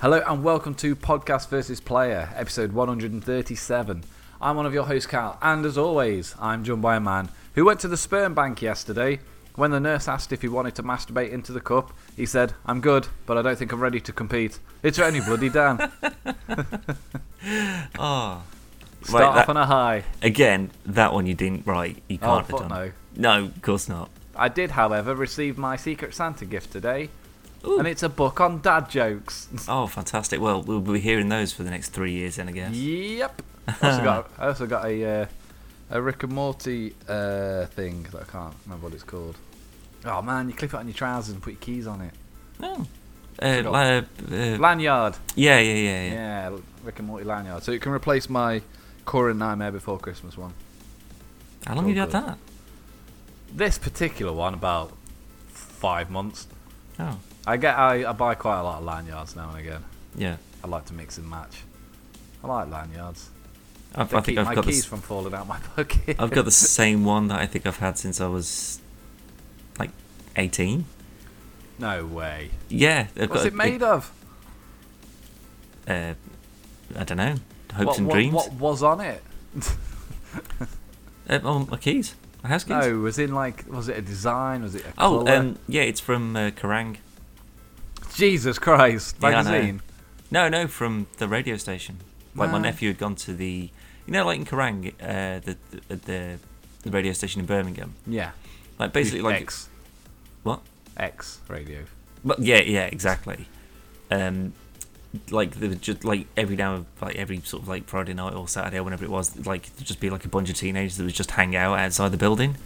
Hello and welcome to Podcast versus Player, episode 137. I'm one of your hosts, Cal, and as always, I'm joined by a man who went to the sperm bank yesterday. When the nurse asked if he wanted to masturbate into the cup, he said, I'm good, but I don't think I'm ready to compete. It's only bloody Dan. Ah, Start Right, off that- on a high. again, that one you didn't write. You Oh, can't fuck have no. done. No. of course not. I did, however, receive my Secret Santa gift today, Ooh. and it's a book on dad jokes. Oh, fantastic. Well, we'll be hearing those for the next three years then, I guess. Yep. also got, I also got a uh, a Rick and Morty uh, thing that I can't remember what it's called. Oh man, you clip it on your trousers and put your keys on it. Oh. Uh, Forgot. li- uh, Lanyard. yeah, yeah, yeah, Yeah, yeah. Rick and Morty lanyard. So it can replace my current Nightmare Before Christmas one. How long have you had All that? This particular one about five months. Oh, I get I, I buy quite a lot of lanyards now and again. yeah. I like to mix and match. I like lanyards. I, I They think keep I've my got the keys s- from falling out my pocket. I've got the same one that I think I've had since I was like 18. no way. Yeah, I've What's got it made of? Uh, I don't know. Hopes what, and what- dreams. What was on it? Uh, oh, my keys. My house keys. No, uh, was in like was it a design? Was it a oh, colour? um, yeah, it's from uh, Kerrang. Jesus Christ Yeah, I know. magazine. No, no, from the radio station. Like my Wow. nephew had gone to the, you know, like in Kerrang, uh, the, the the the radio station in Birmingham. Yeah, Like basically, like X what? X radio. But yeah, yeah, exactly. Um, like there were just like every now, like every sort of like Friday night or Saturday, or whenever it was, like there'd just be like a bunch of teenagers that would just hang out outside the building,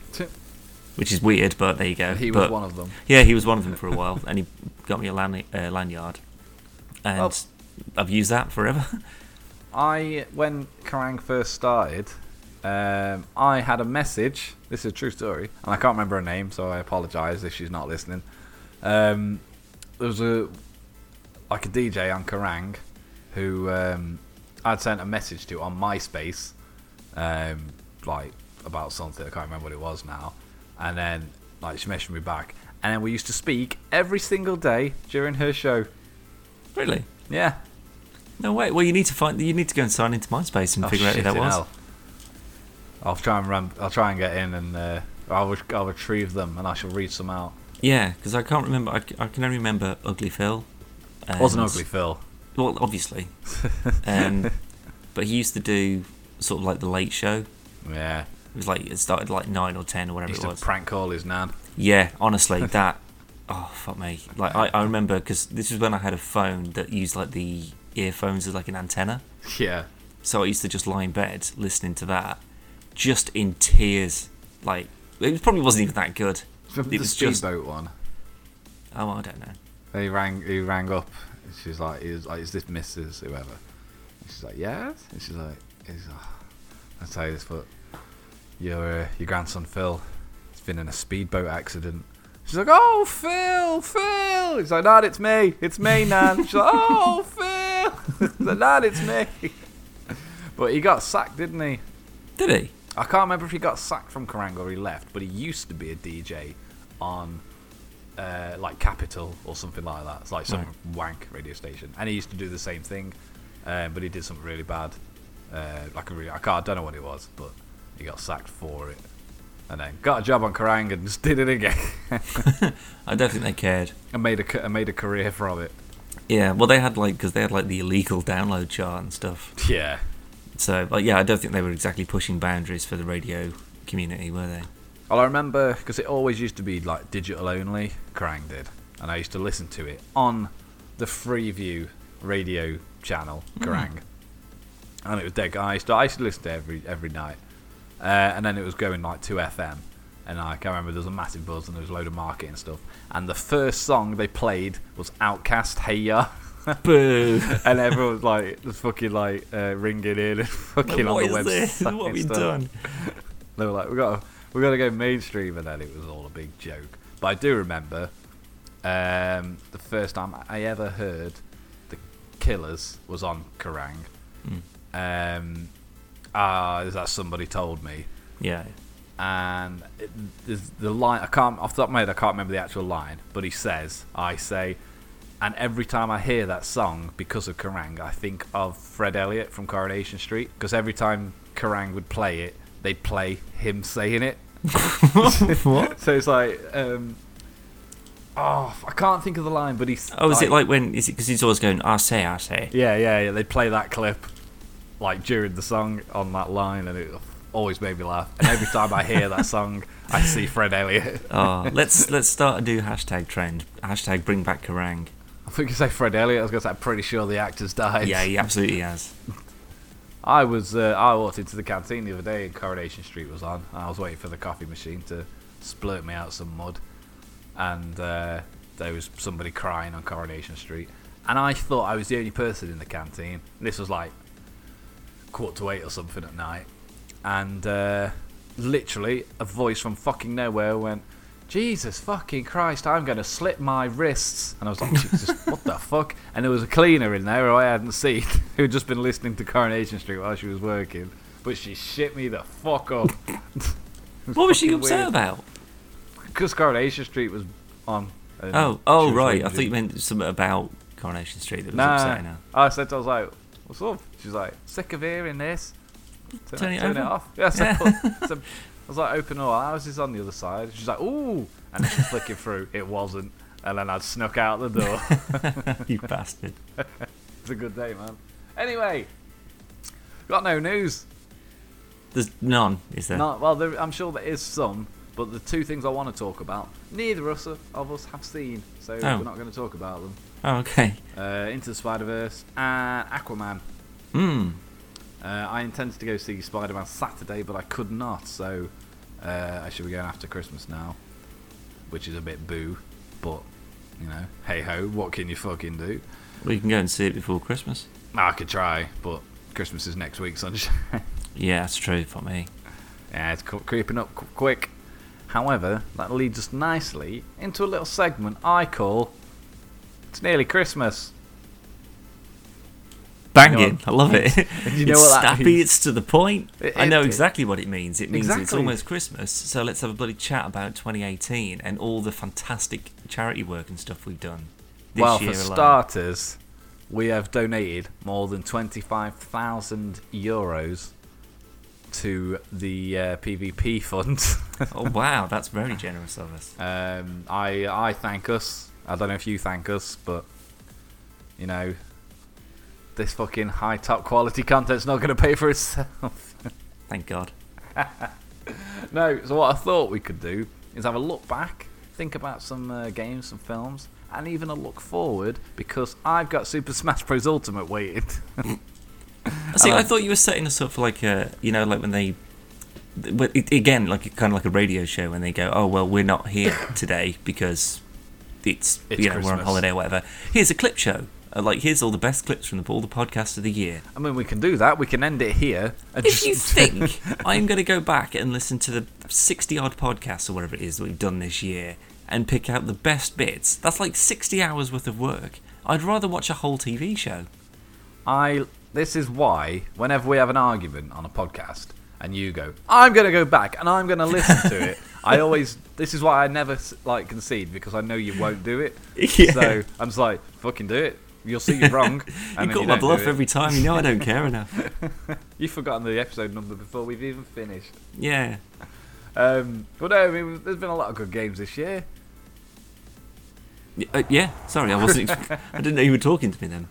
which is weird. But there you go. He was but, one of them. Yeah, he was one of them for a while, and he got me a lan- uh, lanyard, and Well- I've used that forever. I when Kerrang first started, um, I had a message. This is a true story, and I can't remember her name, so I apologise if she's not listening. Um, there was a like a DJ on Kerrang who um, I'd sent a message to on MySpace, um, like about something. I can't remember what it was now. And then like she messaged me back, and then we used to speak every single day during her show. really. Yeah, No way. Well, you need to find. You need to go and sign into MySpace and Oh, figure out who that shitting was. hell. I'll try and ram- I'll try and get in, and uh, I'll re- I'll retrieve them, and I shall read some out. Yeah, because I can't remember. I, c- I can only remember Ugly Phil. and- Wasn't ugly, Phil. Well, obviously. um, but he used to do sort of like the late show. Yeah, It was like it started like nine or ten or whatever used it to was. prank call his nan. yeah, honestly, that. Oh fuck me! Like I, I remember because this was when I had a phone that used like the earphones as like an antenna. Yeah, So I used to just lie in bed listening to that, just in tears. Like it probably wasn't even that good. the, It the was just- speedboat one. Oh, I don't know. He rang. He rang up. and She's like, "Is like, is this Mrs. Whoever?" And she's like, "Yes." And she's like, "Is oh, I tell you this, but your uh, your grandson Phil, has been in a speedboat accident." She's like, "Oh, Phil, Phil." He's like, "Dad, it's me. It's me, Nan." She's like, "Oh, Phil." He's like, "Dad, it's me." But he got sacked, didn't he? Did he? I can't remember if he got sacked from Kerrang or he left, but he used to be a DJ on uh, like Capital or something like that. It's like some wank radio station, and he used to do the same thing, um, but he did something really bad. Uh, like a really, I can't, I don't know what it was, but he got sacked for it, and then got a job on Kerrang and just did it again, I don't think they cared. and made a ca- and made a career from it. Yeah, well, they had like because they had like the illegal download chart and stuff. Yeah, So, like, yeah, I don't think they were exactly pushing boundaries for the radio community, were they? Well, I remember because it always used to be like digital only. Krang did, and I used to listen to it on the Freeview radio channel, Hmm. Krang, and it was dead. I used to I used to listen to it every every night, uh, and then it was going like to FM, and I can remember there was a massive buzz and there was a load of marketing stuff, and the first song they played was Outcast Hey Ya. Boo! And everyone was like, just fucking like uh, ringing in and fucking what on the is this? website. What have and we stuff. done? They were like, we got to, we got to go mainstream, and then it was all a big joke. But I do remember um, the first time I ever heard the Killers was on Kerrang. Um, ah, is that somebody told me? Yeah, and it, there's the line I can't off the top of my head I can't remember the actual line, but he says, "I say, And every time I hear that song, because of Kerrang, I think of Fred Elliott from Coronation Street. Because every time Kerrang would play it, they'd play him saying it. what? So it's like, um, oh, I can't think of the line, but he's. Oh, is it like when? Is it because he's always going? I say, I say. Yeah, yeah, yeah. They'd play that clip, like during the song on that line, and it always made me laugh. And every time I hear that song, I see Fred Elliott. Oh, let's let's start a new hashtag trend. Hashtag bring back Kerrang. I think you say Fred Elliott. I was going to say, I'm pretty sure the actor's died. Yeah, he absolutely has. I was uh, I walked into the canteen the other day and Coronation Street was on. And I was waiting for the coffee machine to splurt me out some mud, and uh, there was somebody crying on Coronation Street, and I thought I was the only person in the canteen. And this was like quarter to eight or something at night, and uh, literally a voice from fucking nowhere went. Jesus fucking Christ, I'm going to slip my wrists. And I was like, Jesus, what the fuck? And there was a cleaner in there who I hadn't seen, who'd just been listening to Coronation Street while she was working. But she shit me the fuck up. What was she fucking upset weird. about? Because Coronation Street was on. and Oh, oh she was right. I whinging. thought you meant something about Coronation Street that was Nah. upsetting her. I said, I was like, what's up? She's like, sick of hearing this. Turn, Turn it turn it over. off. Yeah, so, so I was like, open all ours is on the other side. She's like, ooh. And then she's flicking through. It wasn't. And then I snuck out the door. you bastard. It's a good day, man. Anyway, got no news. There's none, is there? Not, well, there, I'm sure there is some, but the two things I want to talk about, neither us of of us have seen, so Oh. we're not going to talk about them. Oh, okay. Uh, Into the Spider Verse and Aquaman. Hmm. Uh, I intended to go see Spider Man Saturday, but I could not, so uh, I should be going after Christmas now, which is a bit boo, but you know, hey ho, what can you fucking do? We can go and see it before Christmas. I could try, but Christmas is next week, sunshine. Yeah, that's true for me. Yeah, it's cu- creeping up qu- quick. However, that leads us nicely into a little segment I call It's Nearly Christmas. Banging. what- I love it. you know it's what that snappy, means? it's to the point. It- I it- know it- exactly what it means. It means it's Exactly. almost Christmas, so let's have a bloody chat about 2018 and all the fantastic charity work and stuff we've done this well, year for alone. starters, we have donated more than 25,000 euros to the uh, PvP fund. Oh, wow, that's very generous of us. um, I, I thank us. I don't know if you thank us, but, you know, this fucking high top quality content's not going to pay for itself. Thank God. No, so what I thought we could do is have a look back, think about some uh, games, some films, and even a look forward because I've got Super Smash Bros. Ultimate waiting. See, I Um, thought you were setting us up for like a, you know, like when they, but it, again, like kind of like a radio show when they go, oh well, we're not here today because it's, It's you know we're on Christmas. holiday or whatever. Here's a clip show. Uh, Like here's all the best clips from the all the podcasts of the year. I mean, we can do that. We can end it here. and If just- you think I'm going to go back and listen to the sixty odd podcasts or whatever it is that we've done this year and pick out the best bits, that's like sixty hours worth of work. I'd rather watch a whole TV show. I, this is why whenever we have an argument on a podcast and you go, I'm going to go back and I'm going to listen to it. I always, this is why I never s- like concede because I know you won't do it. Yeah. So I'm just like, fucking do it. You'll see you're wrong. and You've then got you my don't do bluff it. every time. You know I don't care enough. You've forgotten the episode number before we've even finished. Yeah. Um, but no, I mean, there's been a lot of good games this year. Y- Uh, yeah, sorry, I wasn't. ex- I didn't know you were talking to me then.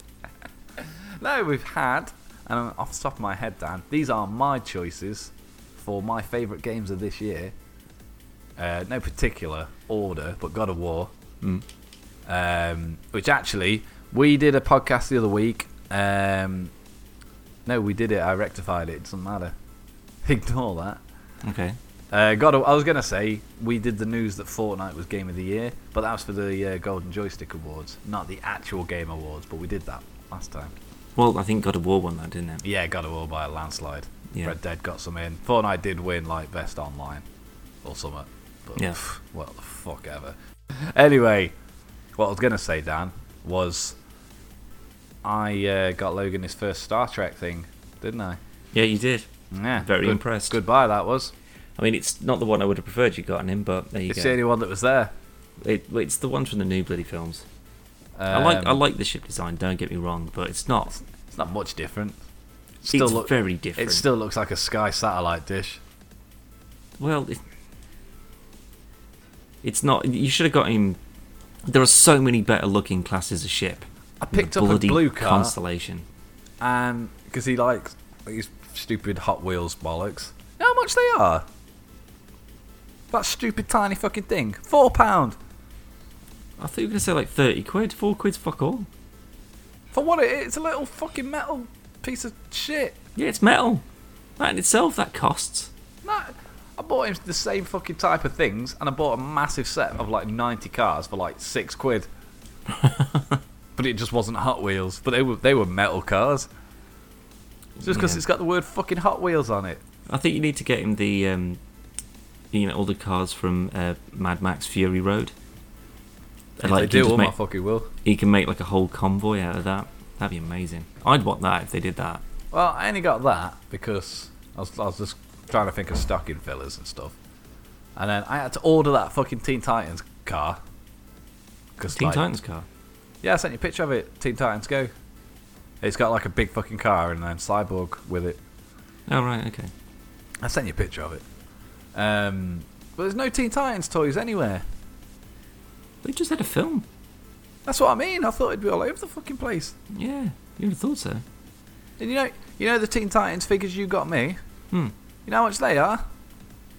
No, we've had, and I'm off the top of my head, Dan, these are my choices for my favourite games of this year. Uh, no particular order, but God of War, um, which actually we did a podcast the other week. Um, no, we did it. I rectified it. It doesn't matter. Ignore that. Okay. Uh, God, of- I was gonna say we did the news that Fortnite was Game of the Year, but that was for the uh, Golden Joystick Awards, not the actual Game Awards. But we did that last time. Well, I think God of War won that, didn't it? Yeah, God of War by a landslide. Yeah. Red Dead got some in. Fortnite did win like best online or something. But Yeah. pff, what the fuck ever. Anyway, what I was gonna say, Dan, was I uh, got Logan his first Star Trek thing, didn't I? Yeah, you did. Yeah. Very good- impressed. Goodbye, that was. I mean, it's not the one I would have preferred you gotten in, but there you It's the go. only one that was there. It, well, it's the one from the new bloody films. I like I like the ship design. Don't get me wrong, but it's not. Um, It's not much different. it's very different. It still looks like a Sky satellite dish. well, it, it's not. You should have got him. There are so many better looking classes of ship. I in the picked up a bloody blue car. constellation. and because he likes these stupid Hot Wheels bollocks. You know how much they are? That stupid tiny fucking thing. Four pound I thought you were gonna say like thirty quid, four quid's fuck all. for what it is. It's a little fucking metal piece of shit. Yeah, it's metal. That in itself that costs. No, I bought him the same fucking type of things, and I bought a massive set of like ninety cars for like six quid. but it just wasn't Hot Wheels. But they were they were metal cars. Just because Yeah. it's got the word fucking Hot Wheels on it. I think you need to get him the, um, you know, all the cars from uh, Mad Max Fury Road. If they like, you can do, just all my make- fucking will. He can make like a whole convoy out of that. That'd be amazing. I'd want that if they did that. Well, I only got that because I was, I was just trying to think of stocking fillers and stuff. And then I had to order that fucking Teen Titans car. Cause Teen like- Titans car. Yeah, I sent you a picture of it. Teen Titans Go. It's got like a big fucking car and then Cyborg with it. Oh right, okay. I sent you a picture of it. Um, but there's no Teen Titans toys anywhere. They just had a film. That's what I mean. I thought it'd be all over the fucking place. Yeah, you'd have thought so. And you know, you know the Teen Titans figures you got me. Hmm. You know how much they are?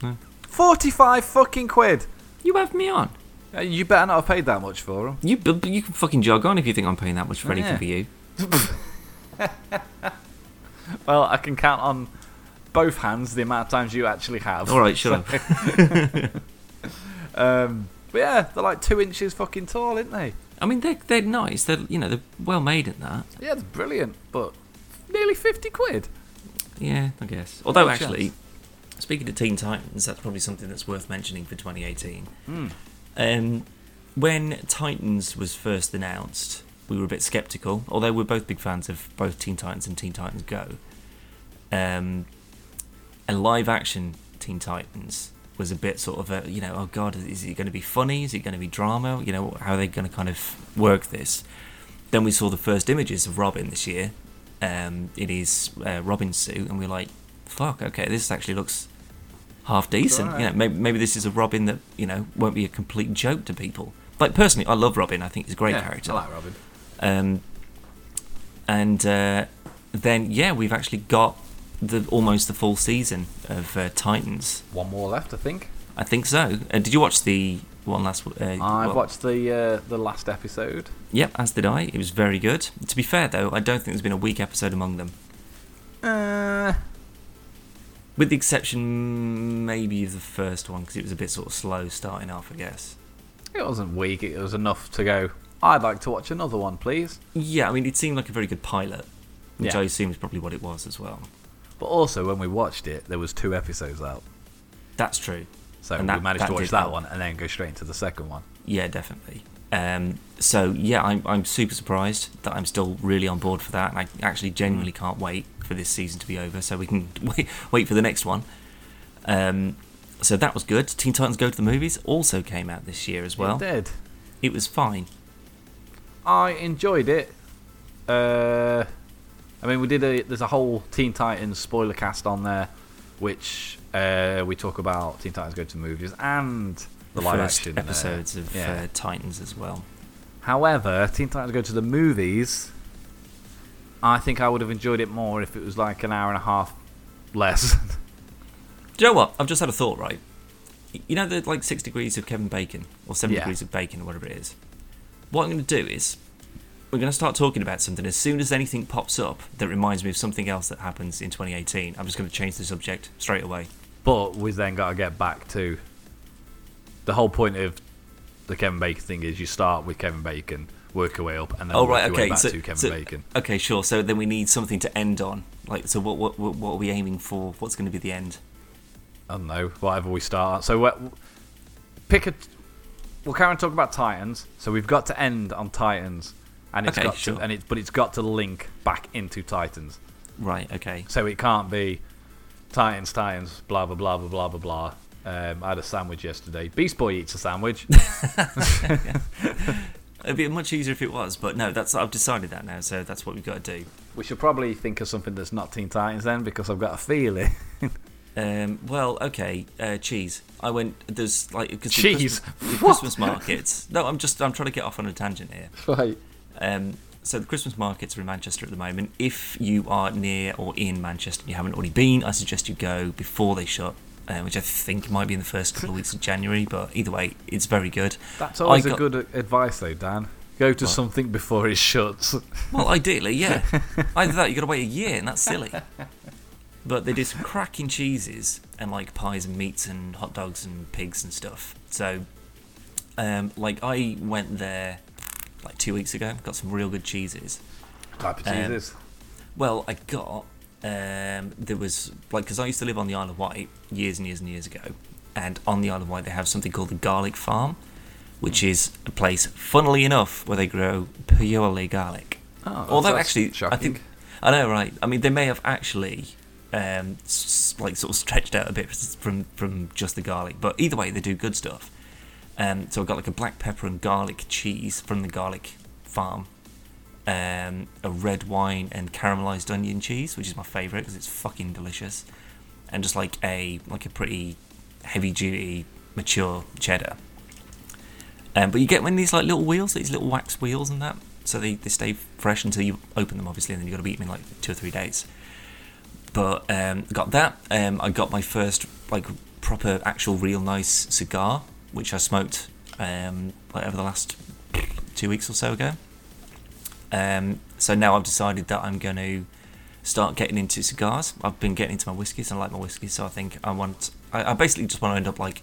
No. Forty-five fucking quid. You have me on. Uh, You better not have paid that much for them. You but you can fucking jog on if you think I'm paying that much for Oh, anything yeah. for you. Well, I can count on both hands the amount of times you actually have. All right, shut up. Um, but yeah, they're like two inches fucking tall, aren't they? I mean, they're they're nice. They're you know they're well made in that. Yeah, it's brilliant, but nearly 50 quid. Yeah, I guess. Although, Good actually, speaking to Teen Titans, that's probably something that's worth mentioning for 2018. Um, when Titans was first announced, we were a bit skeptical, although we're both big fans of both Teen Titans and Teen Titans Go. Um, a live action Teen Titans was a bit sort of a, you know, oh God, is it going to be funny? Is it going to be drama? You know, how are they going to kind of work this? Then we saw the first images of Robin this year. Um, it is uh, Robin's suit, and we're like, fuck, okay, this actually looks half decent. You know, alright. maybe, maybe this is a Robin that, you know, won't be a complete joke to people. Like, personally, I love Robin. I think he's a great Yeah, character. I like Robin. Um, and uh, then, yeah, we've actually got the almost the full season of uh, Titans. One more left, I think. I think so. Uh, did you watch the one last? Uh, I well, watched the uh, the last episode. Yep, as did I. It was very good. To be fair, though, I don't think there's been a weak episode among them, Uh, with the exception maybe of the first one because it was a bit sort of slow starting off, I guess. it wasn't weak. It was enough to go. I'd like to watch another one, please. Yeah, I mean, it seemed like a very good pilot, which Yeah. I assume is probably what it was as well. But also, when we watched it, there was two episodes out, That's true. so And that- we managed that to watch did that help. one and then go straight into the second one. Yeah, definitely. Um, so yeah, I'm I'm super surprised that I'm still really on board for that, and I Hmm. actually genuinely can't wait for this season to be over so we can wait wait for the next one. Um, so that was good. Teen Titans Go to the Movies also came out this year as well. it did. It was fine. I enjoyed it. Uh, I mean, we did a there's a whole Teen Titans spoiler cast on there, which uh, we talk about Teen Titans go to the movies and the, live first action uh, episodes of yeah. uh, Titans as well. However, Teen Titans go to the movies. I think I would have enjoyed it more if it was like an hour and a half less. Do you know what? I've just had a thought. Right, you know the like six degrees of Kevin Bacon or seven Yeah. degrees of Bacon or whatever it is. What I'm going to do is we're going to start talking about something as soon as anything pops up that reminds me of something else that happens in 2018. I'm just going to change the subject straight away. but we then got to get back to the whole point of the Kevin Bacon thing is you start with Kevin Bacon, work your way up, and then oh work right, your way okay. back So, to Kevin so- Bacon. okay, sure. So then we need something to end on. Like, so what what what, what are we aiming for? What's going to be the end? I don't know, whatever we start. So we pick a. We'll carry on talking about Titans. So we've got to end on Titans, and it's Okay, got sure. to, and it's but it's got to link back into Titans. Right. Okay. So it can't be Titans, Titans, blah blah blah blah blah blah blah. Um, I had a sandwich yesterday. Beast Boy eats a sandwich. It'd be much easier if it was, but no, that's I've decided that now, so that's what we've got to do. We should probably think of something that's not Teen Titans then, because I've got a feeling. Um, well, okay, uh, cheese. I went there's like cause Cheese? The Christmas, the What? Christmas markets. No, I'm just I'm trying to get off on a tangent here. right. Um, so the Christmas markets are in Manchester at the moment. If you are near or in Manchester and you haven't already been, I suggest you go before they shut, uh, which I think might be in the first couple of weeks of January. But either way, it's very good. That's always a I got- good a- advice, though, Dan. Go to What? something before it shuts. Well, ideally, yeah. Either that, you got to wait a year, and that's silly. But they did some cracking cheeses and like pies and meats and hot dogs and pigs and stuff. So, um, like I went there like two weeks ago, got some real good cheeses. Type of Um, cheeses. Well, I got um, there was like because I used to live on the Isle of Wight years and years and years ago, and on the Isle of Wight they have something called the Garlic Farm, which Hmm. is a place, funnily enough, where they grow purely garlic. Oh, Although that's actually, I shocking. think I know, right? I mean, they may have actually um, s- like sort of stretched out a bit from from just the garlic, but either way, they do good stuff. Um, so I got like a black pepper and garlic cheese from the garlic farm, um, a red wine and caramelized onion cheese, which is my favorite because it's fucking delicious, and just like a like a pretty heavy duty mature cheddar. Um, but you get one of these like little wheels, these little wax wheels and that, so they, they stay fresh until you open them, obviously, and then you got to eat them in like two or three days. But um, got that. Um, I got my first like proper, actual, real nice cigar, which I smoked um, like over the last two weeks or so ago. Um, so now I've decided that I'm going to start getting into cigars. I've been getting into my whiskies. I like my whiskies, so I think I want. I, I basically just want to end up like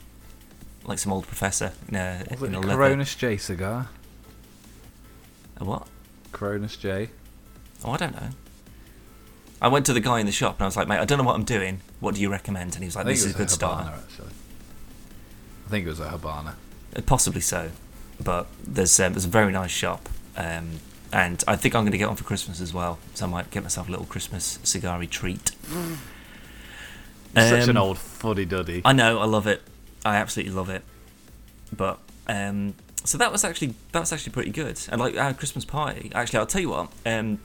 like some old professor in a, Was in it a a leather. Coronas J cigar? A what? Coronas J. Oh, I don't know. I went to the guy in the shop and I was like, mate, I don't know what I'm doing. What do you recommend? And he was like, I think this it is a was good Habana, start. actually. I think it was a Habana. Uh, Possibly so. But there's, um, there's a very nice shop. Um, and I think I'm going to get one for Christmas as well. So I might get myself a little Christmas cigar treat. Such an Um, old fuddy duddy. I know, I love it. I absolutely love it. But um, so that was actually that was actually pretty good. And like our Christmas party, actually, I'll tell you what. Um,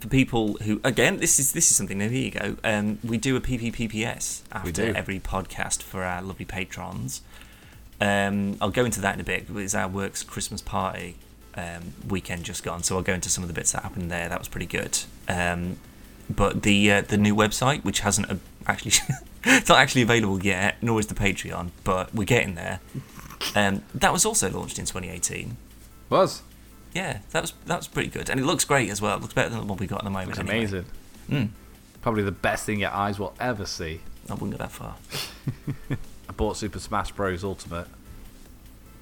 for people who, again, this is this is something new. Here you go. Um, we do a PPPPS after do. every podcast for our lovely patrons. Um, I'll go into that in a bit. but It's our works Christmas party um, weekend just gone, so I'll go into some of the bits that happened there. That was pretty good. Um, but the uh, the new website, which hasn't uh, actually, it's not actually available yet, nor is the Patreon, but we're getting there. Um, that was also launched in 2018. was. Yeah, that was that was pretty good, and it looks great as well. It looks better than the one we got at the moment. It was anyway. Hmm. amazing. Probably the best thing your eyes will ever see. I wouldn't go that far. I bought Super Smash Bros. Ultimate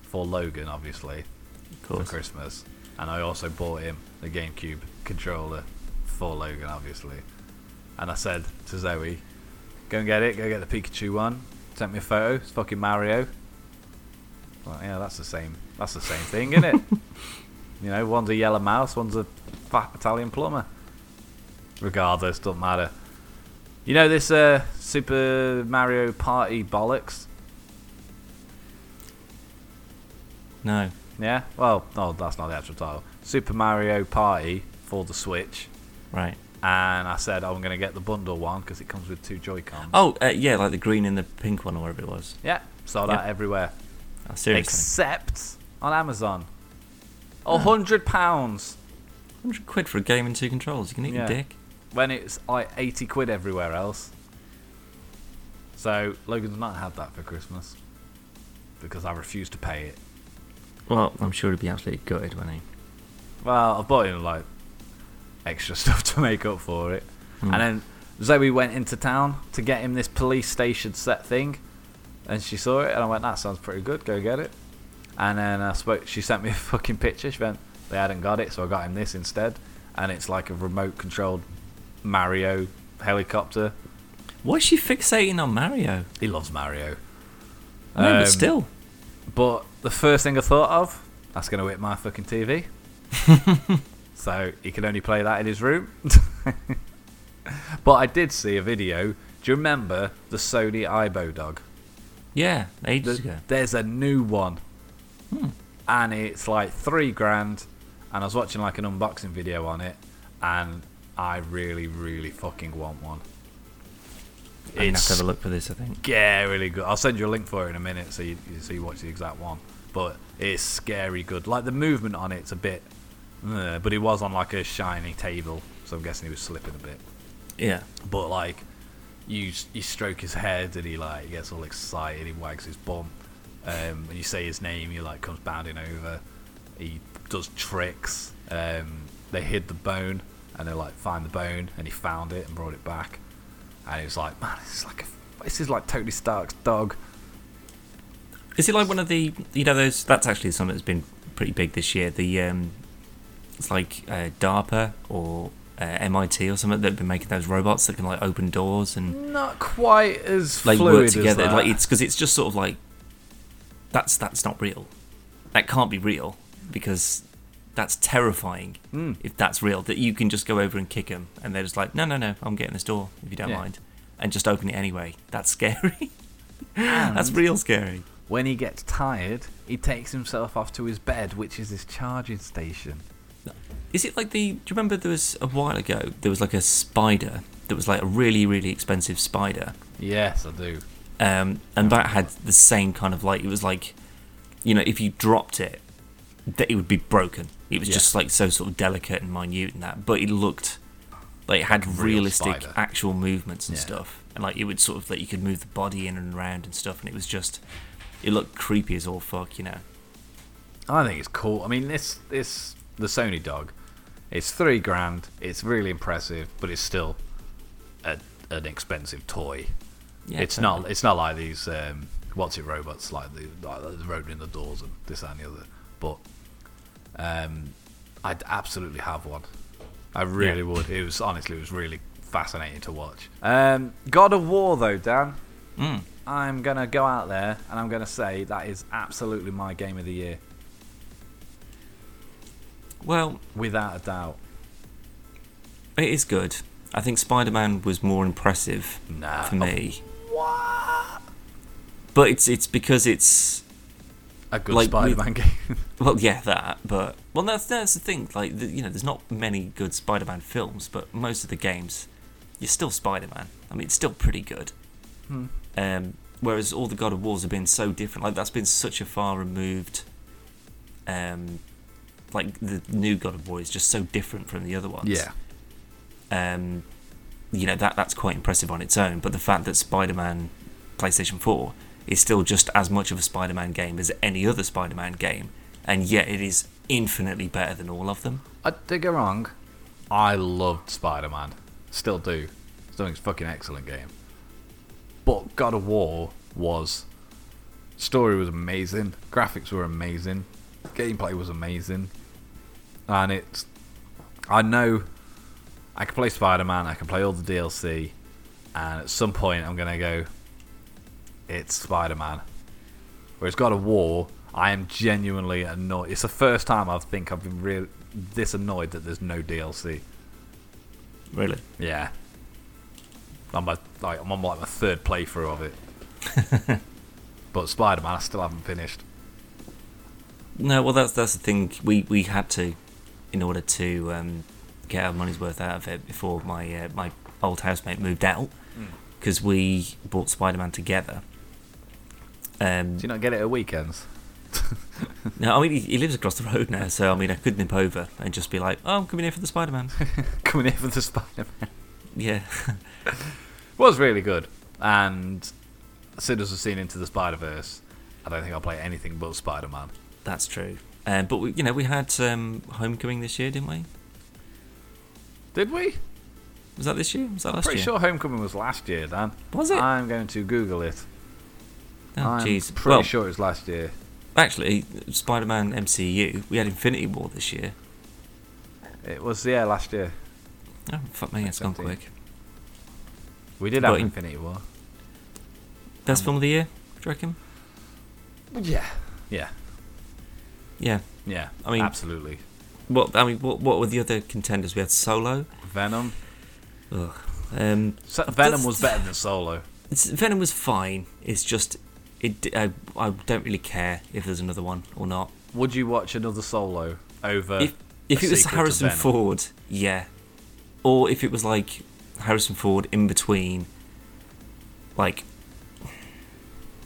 for Logan, obviously, Of for course. Christmas. And I also bought him the GameCube controller for Logan, obviously. And I said to Zoe, go and get it, go get the Pikachu one. Sent me a photo, it's fucking Mario. Well, yeah, that's the same. That's the same thing, isn't it? you know, one's a yellow mouse, one's a fat Italian plumber. Regardless, doesn't matter. You know this uh, Super Mario Party bollocks? No. Yeah. Well, no, that's not the actual title. Super Mario Party for the Switch, Right. and I said I'm gonna get the bundle one because it comes with two Joy Cons. Oh, uh, yeah, like the green and the pink one or whatever it was. Yeah, sold out Yeah. everywhere Oh, seriously. Ah. except on Amazon. A hundred pounds 100 quid for a game and two controls. You can eat Yeah. your dick. when it's like eighty quid everywhere else. So Logan's not had that for Christmas because I refuse to pay it. Well, I'm sure he'd be absolutely gutted, wouldn't he? Well, I bought him like extra stuff to make up for it. Hmm. And then Zoe went into town to get him this police station set thing, and she saw it, and I went, "That sounds pretty good. Go get it." And then I spoke. She sent me a fucking picture. She went, "They hadn't got it, so I got him this instead." And it's like a remote-controlled Mario helicopter. Why is she fixating on Mario? He loves Mario. No, Um, but still. But the first thing I thought of, that's going to whip my fucking TV. so he can only play that in his room. but I did see a video. Do you remember the Sony Ibo dog? Yeah, Hmm. ages Th- ago. There's a new one. and it's like three grand. And I was watching like an unboxing video on it, and I really, really fucking want one. I'm gonna have It's to have a look for this. I think. scary good. I'll send you a link for it in a minute so you so you watch the exact one. But it's scary good. Like the movement on it's a bit, uh, but it was on like a shiny table, so I'm guessing he was slipping a bit. Yeah. But like, you you stroke his head and he like gets all excited. He wags his bum. Um, and you say his name, he like comes bounding over. He does tricks. Um, they hid the bone and they like find the bone and he found it and brought it back. And he was like, man, this is like a, this is like Tony Stark's dog. Is it like one of the you know those? That's actually something that's been pretty big this year. The um, it's like uh, DARPA or uh, MIT or something that've been making those robots that can like open doors and Not quite as like fluid work together. As that. Like it's because it's just sort of like that's that's not real. That can't be real because that's terrifying. Mm. If that's real, that you can just go over and kick them, and they're just like, no, no, no, I'm getting this door if you don't Yeah. mind, and just open it anyway. That's scary. that's And- real scary. When he gets tired, he takes himself off to his bed, which is his charging station. Is it like the? Do you remember there was a while ago there was like a spider that was like a really really expensive spider, Yes, I do. um, and that had the same kind of like it was like, you know, if you dropped it, that it would be broken. It was Yeah. just like so sort of delicate and minute and that, but it looked like it had Like a real realistic spider. actual movements and Yeah. stuff, and like it would sort of like you could move the body in and around and stuff, and it was just it looked creepy as all fuck, you know. I think it's cool. I mean, this this the Sony dog. It's three grand. It's really impressive, but it's still a, an expensive toy. Yeah, it's totally. not. It's not like these um, what's it robots like the like the road in the doors and this that, and the other. But um, I'd absolutely have one. I really would. It was honestly, it was really fascinating to watch. Um, God of War though, Dan. Mm. I'm gonna go out there and I'm gonna say that is absolutely my game of the year, Well, without a doubt. It is good. I think Spider Man was more impressive Nah. for me, What? but it's it's because it's A good Like, Spider-Man game. well, yeah, that. But well, that's that's the thing. Like the, you know, there's not many good Spider Man films, but most of the games, you're still Spider Man. I mean, it's still pretty good. Hmm. Um, whereas all the God of Wars have been so different. Like that's been such a far removed. Um, like the new God of War is just so different from the other ones. yeah. um, you know that that's quite impressive on its own. But the fact that Spider-Man PlayStation Four is still just as much of a Spider-Man game as any other Spider-Man game, and yet it is infinitely better than all of them. I dig it wrong. I loved Spider-Man. Still do. Still think it's a fucking excellent game. But God of War was story was amazing, graphics were amazing, gameplay was amazing, and it's. I know I can play Spider-Man. I can play all the DLC, and at some point I'm gonna go. It's Spider-Man. Whereas God of War, I am genuinely annoyed. It's the first time I think I've been real this annoyed that there's no DLC. Really? Yeah. I'm a, like I'm on like my third playthrough of it. but Spider Man I still haven't finished. No. Well, that's that's the thing. We we had to, in order to um, get our money's worth out of it before my uh, my old housemate moved out, Hmm. because we bought Spider-Man together. Um, Do you not get it at weekends? No, I mean he, he lives across the road now, so I mean I could nip over and just be like, "Oh, I'm coming here for the Spider-Man." Coming in for the Spider Man. yeah, was really good. And as soon as I've seen Into the Spider Verse, I don't think I'll play anything but Spider Man. that's true. Um, but we, you know, we had um, Homecoming this year, didn't we? Did we? Was that this year? Was that I'm last pretty year? sure Homecoming was last year, Dan. Was it? I'm going to Google it. oh, I'm jeez. pretty well, sure it was last year. actually, Spider-Man MCU. We had Infinity War this year. It was yeah last year. Oh, fuck me, it's gone Something. quick. We did But have in- Infinity War. Um, Best film of the year, do you reckon? Yeah. Yeah. Yeah. Yeah. I mean- absolutely. What I mean, what what were the other contenders? We had Solo. Venom. Ugh. Um, So, Venom was better than Solo. It's- Venom was fine. It's just It. d- I, I don't really care if there's another one or not. Would you watch another solo over? if if a it was sequel to Harrison Venom. Ford, yeah, or if it was like Harrison Ford in between, like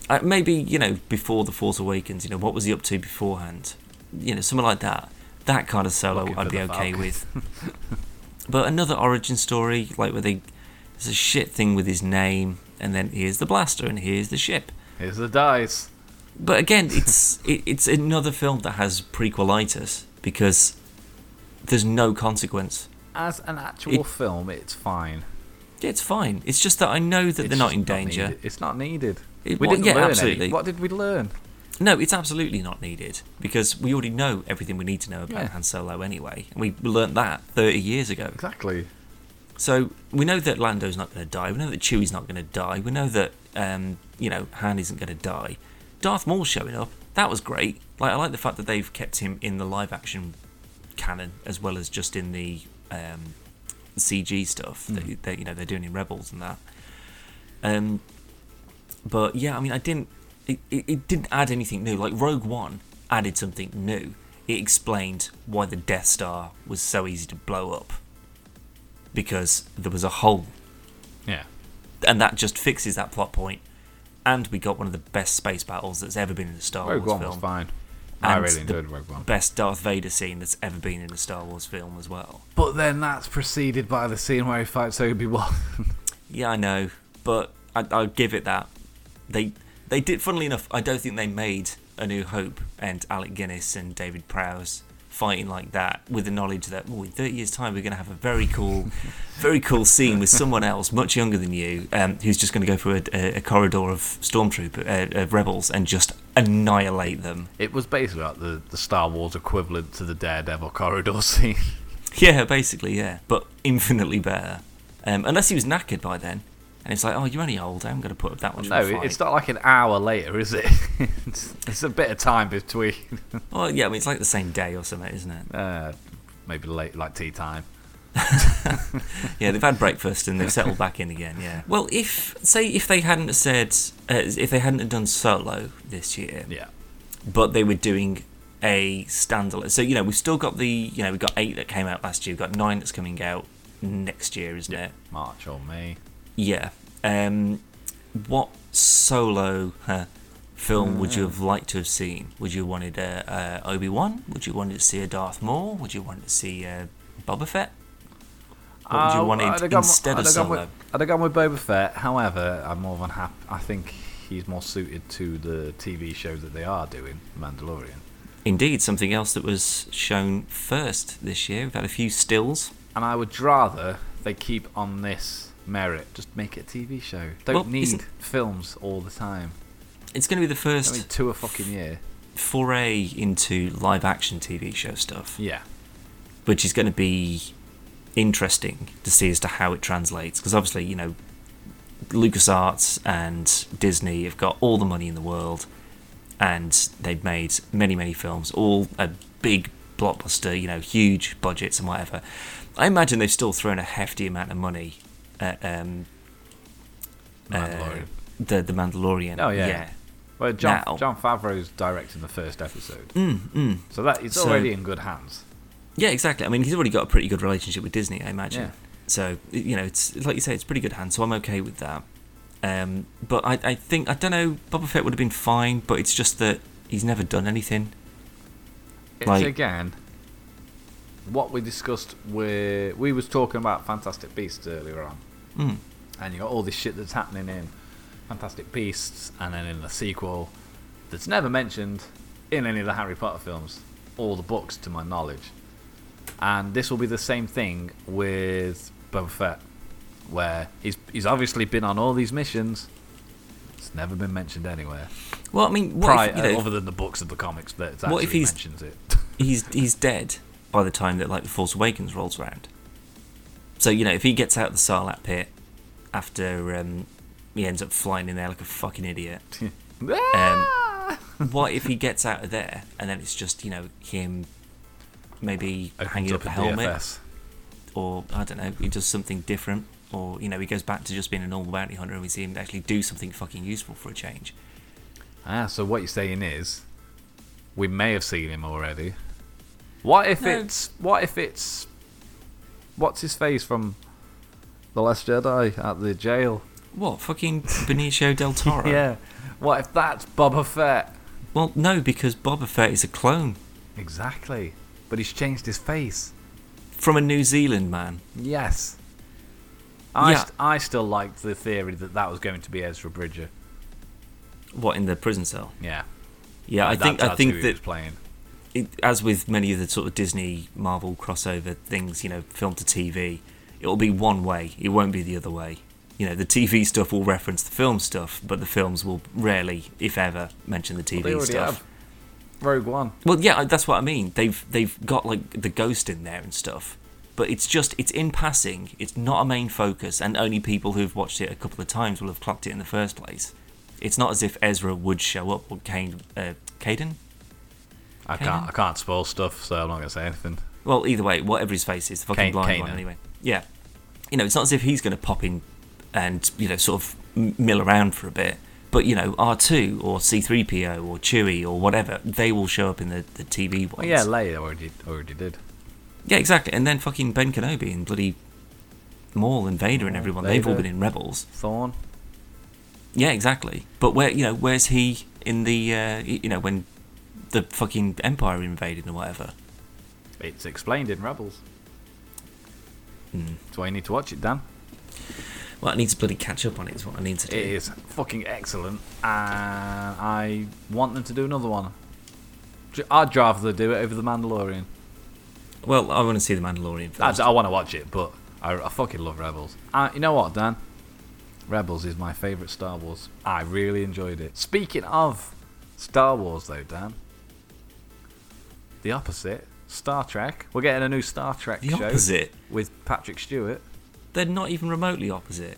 uh, maybe you know before the Force Awakens, you know what was he up to beforehand, you know something like that. That kind of solo Looking for I'd be the okay Falcon. with. but another origin story, like where they there's a shit thing with his name, and then here's the blaster, and here's the ship. Here's the dice. But again, it's it, it's another film that has prequelitis because there's no consequence. As an actual It- film, it's fine. Yeah, it's fine. It's just that I know that It's they're not just in danger. needed. It's not needed. It- we well, didn't yeah, learn absolutely. Any. What did we learn? no, it's absolutely not needed because we already know everything we need to know about Yeah. Han Solo anyway, and we learnt that 30 years ago. Exactly. So we know that Lando's not going to die. We know that Chewie's not going to die. We know that um, you know Han isn't going to die. Darth Maul showing up that was great. Like I like the fact that they've kept him in the live action canon as well as just in the um, CG stuff that, that you know they're doing in Rebels and that. Um, but yeah, I mean, I didn't. It, it, it didn't add anything new. Like Rogue One added something new. It explained why the Death Star was so easy to blow up because there was a hole, Yeah. and that just fixes that plot point. And we got one of the best space battles that's ever been in a Star Rogue One Wars was film. fine. I And really the enjoyed Rogue One. Best Darth Vader scene that's ever been in a Star Wars film as well. But then that's preceded by the scene where he fights Obi Wan. Yeah, I know, but I, I'll give it that. They they did. Funnily enough, I don't think they made A New Hope and Alec Guinness and David Prowse fighting like that with the knowledge that oh, in 30 years' time we're going to have a very cool, very cool scene with someone else much younger than you, um, who's just going to go through a, a, a corridor of stormtrooper uh, of rebels and just annihilate them. It was basically like the, the Star Wars equivalent to the Daredevil corridor scene. Yeah, basically, yeah, but infinitely better. Um, unless he was knackered by then, and it's like, oh, you're only old. I'm going to put up that much. No, of a it- fight. it's not like an hour later, is it? it's, it's a bit of time between. Well, yeah, I mean, it's like the same day or something, isn't it? Uh, maybe late, like tea time. Yeah, they've had breakfast and they've settled back in again. Yeah. Well, if say if they hadn't have said uh, if they hadn't have done solo this year, Yeah. but they were doing a standalone. So you know, we've still got the you know we have got eight that came out last year. We've got nine that's coming out next year, isn't it? March or May. Yeah. Um, what solo huh, film would you Hmm. have liked to have seen? Would you have wanted a, a Obi Wan? Would you have wanted to see a Darth Maul? Would you want to see a Boba Fett? What would you Uh, want I'd have in, gone- instead of I'd have gone Solo? With, I'd have gone with Boba Fett. However, I'm more than happy. I think he's more suited to the TV show that they are doing, Mandalorian. Indeed, something else that was shown first this year. We've had a few stills. And I would rather they keep on this merit. Just make it a TV show. Don't Well, need isn't- films all the time. It's going to be the Only first two a fucking year. foray into live action TV show stuff, Yeah. which is going to be interesting to see as to how it translates. Because obviously, you know, LucasArts and Disney have got all the money in the world and they've made many, many films, all a big blockbuster, you know, huge budgets and whatever. I imagine they've still thrown a hefty amount of money at um, uh, Mandalorian. the, the Mandalorian. Oh, yeah. well, John, now- John Favreau's directing the first episode. Mm, mm. So that it's So- already in good hands. Yeah, exactly. I mean, he's already got a pretty good relationship with Disney, I imagine. Yeah. So y- you know, it's like you say, it's pretty good hand. So I'm okay with that. Um, but I, I think I don't know. Boba Fett would have been fine, but it's just that he's never done anything. It's Like- again what we discussed with we was talking about Fantastic Beasts earlier on. Mm. and you got all this shit that's happening in Fantastic Beasts and then in the sequel that's never mentioned in any of the Harry Potter films or the books to my knowledge. And this will be the same thing with Boba Fett, where he's he's obviously been on all these missions. It's never been mentioned anywhere, Well, I mean, what prior, if, you know, other than the books of the comics that actually What if he's- mentions it. he's he's dead by the time that like the Force Awakens rolls around. So you know, if he gets out of the Sarlacc pit after um, he ends up flying in there like a fucking idiot, Um, Ah! what if he gets out of there and then it's just you know him maybe Opens hanging up a the helmet DFS. or I don't know he does something different or you know he goes back to just being a normal bounty hunter and we see him actually do something fucking useful for a change Ah, so what you're saying is, we may have seen him already. What if No. it's what if it's what's his face from the Last Jedi at the jail? What fucking Benicio del Toro? Yeah. What if that's Boba Fett? Well, no, because Boba Fett is a clone Exactly. But he's changed his face. from a New Zealand man. Yes. I Yeah. st- I still liked the theory that that was going to be Ezra Bridger. What in the prison cell? Yeah. Yeah, I That- think I that's who think he that was playing. it, as with many of the sort of Disney Marvel crossover things, you know, film to TV, it'll be one way. It won't be the other way. You know, the TV stuff will reference the film stuff, but the films will rarely, if ever, mention the TV They already stuff. have Rogue One. Well, yeah, I- that's what I mean. They've they've got like the ghost in there and stuff, but it's just it's in passing. It's not a main focus, and only people who've watched it a couple of times will have clocked it in the first place. It's not as if Ezra would show up or Cain, uh, Caden. I Kanan? can't I can't spoil stuff, so I'm not gonna say anything. Well, either way, whatever his face is, the fucking Kane- blind Kanan. one anyway. Yeah, you know, it's not as if he's going to pop in and you know sort of m- mill around for a bit. But you know, R two or C three PO or Chewie or whatever, they will show up in the, the TV ones. Well, yeah, Leia already already did. Yeah, exactly. And then fucking Ben Kenobi and bloody Maul and Vader and Maul, everyone. They've all Vader. been in Rebels. Thorn. Yeah, exactly. But where you know, where's he in the uh, y- you know when the fucking Empire invaded or whatever? It's explained in Rebels. Mm. That's why you need to watch it, Dan. Well, I need to bloody catch up on it. Is what I need to do. It is fucking excellent, and I want them to do another one. J- I'd rather they do it over the Mandalorian. Well, I want to see the Mandalorian I, first. want to watch it, but I, I fucking love Rebels. Uh, you know what, Dan? Rebels is my favourite Star Wars. I really enjoyed it. Speaking of Star Wars, though, Dan, the opposite, Star Trek. We're getting a new Star Trek the show opposite. with Patrick Stewart. They're not even remotely opposite.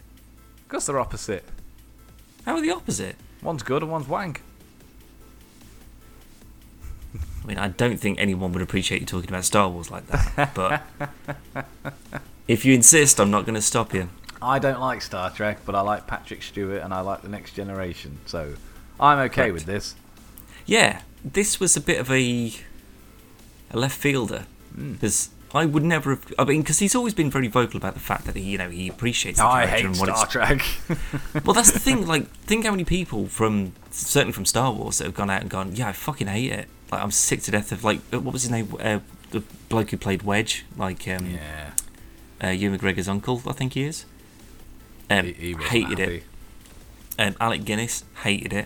Of course, they're opposite. How are they opposite? One's good and one's wank. I mean, I don't think anyone would appreciate you talking about Star Wars like that. But if you insist, I'm not going to stop you. I don't like Star Trek, but I like Patrick Stewart and I like The Next Generation, so I'm okay Correct. with this. yeah, this was a bit of a, a left fielder Hmm. because I would never have. I mean, because he's always been very vocal about the fact that he, you know, he appreciates. The I character hate and what Star it's, Trek. Well, that's the thing. Like, think how many people from certainly from Star Wars that have gone out and gone, yeah, I fucking hate it. Like, I'm sick to death of like uh, what was his name? Uh, the bloke who played Wedge, like um, yeah, uh, Ewan McGregor's uncle, I think he is. Um, he, he eh? wasn't hated it. happy. Um, Alec Guinness hated it.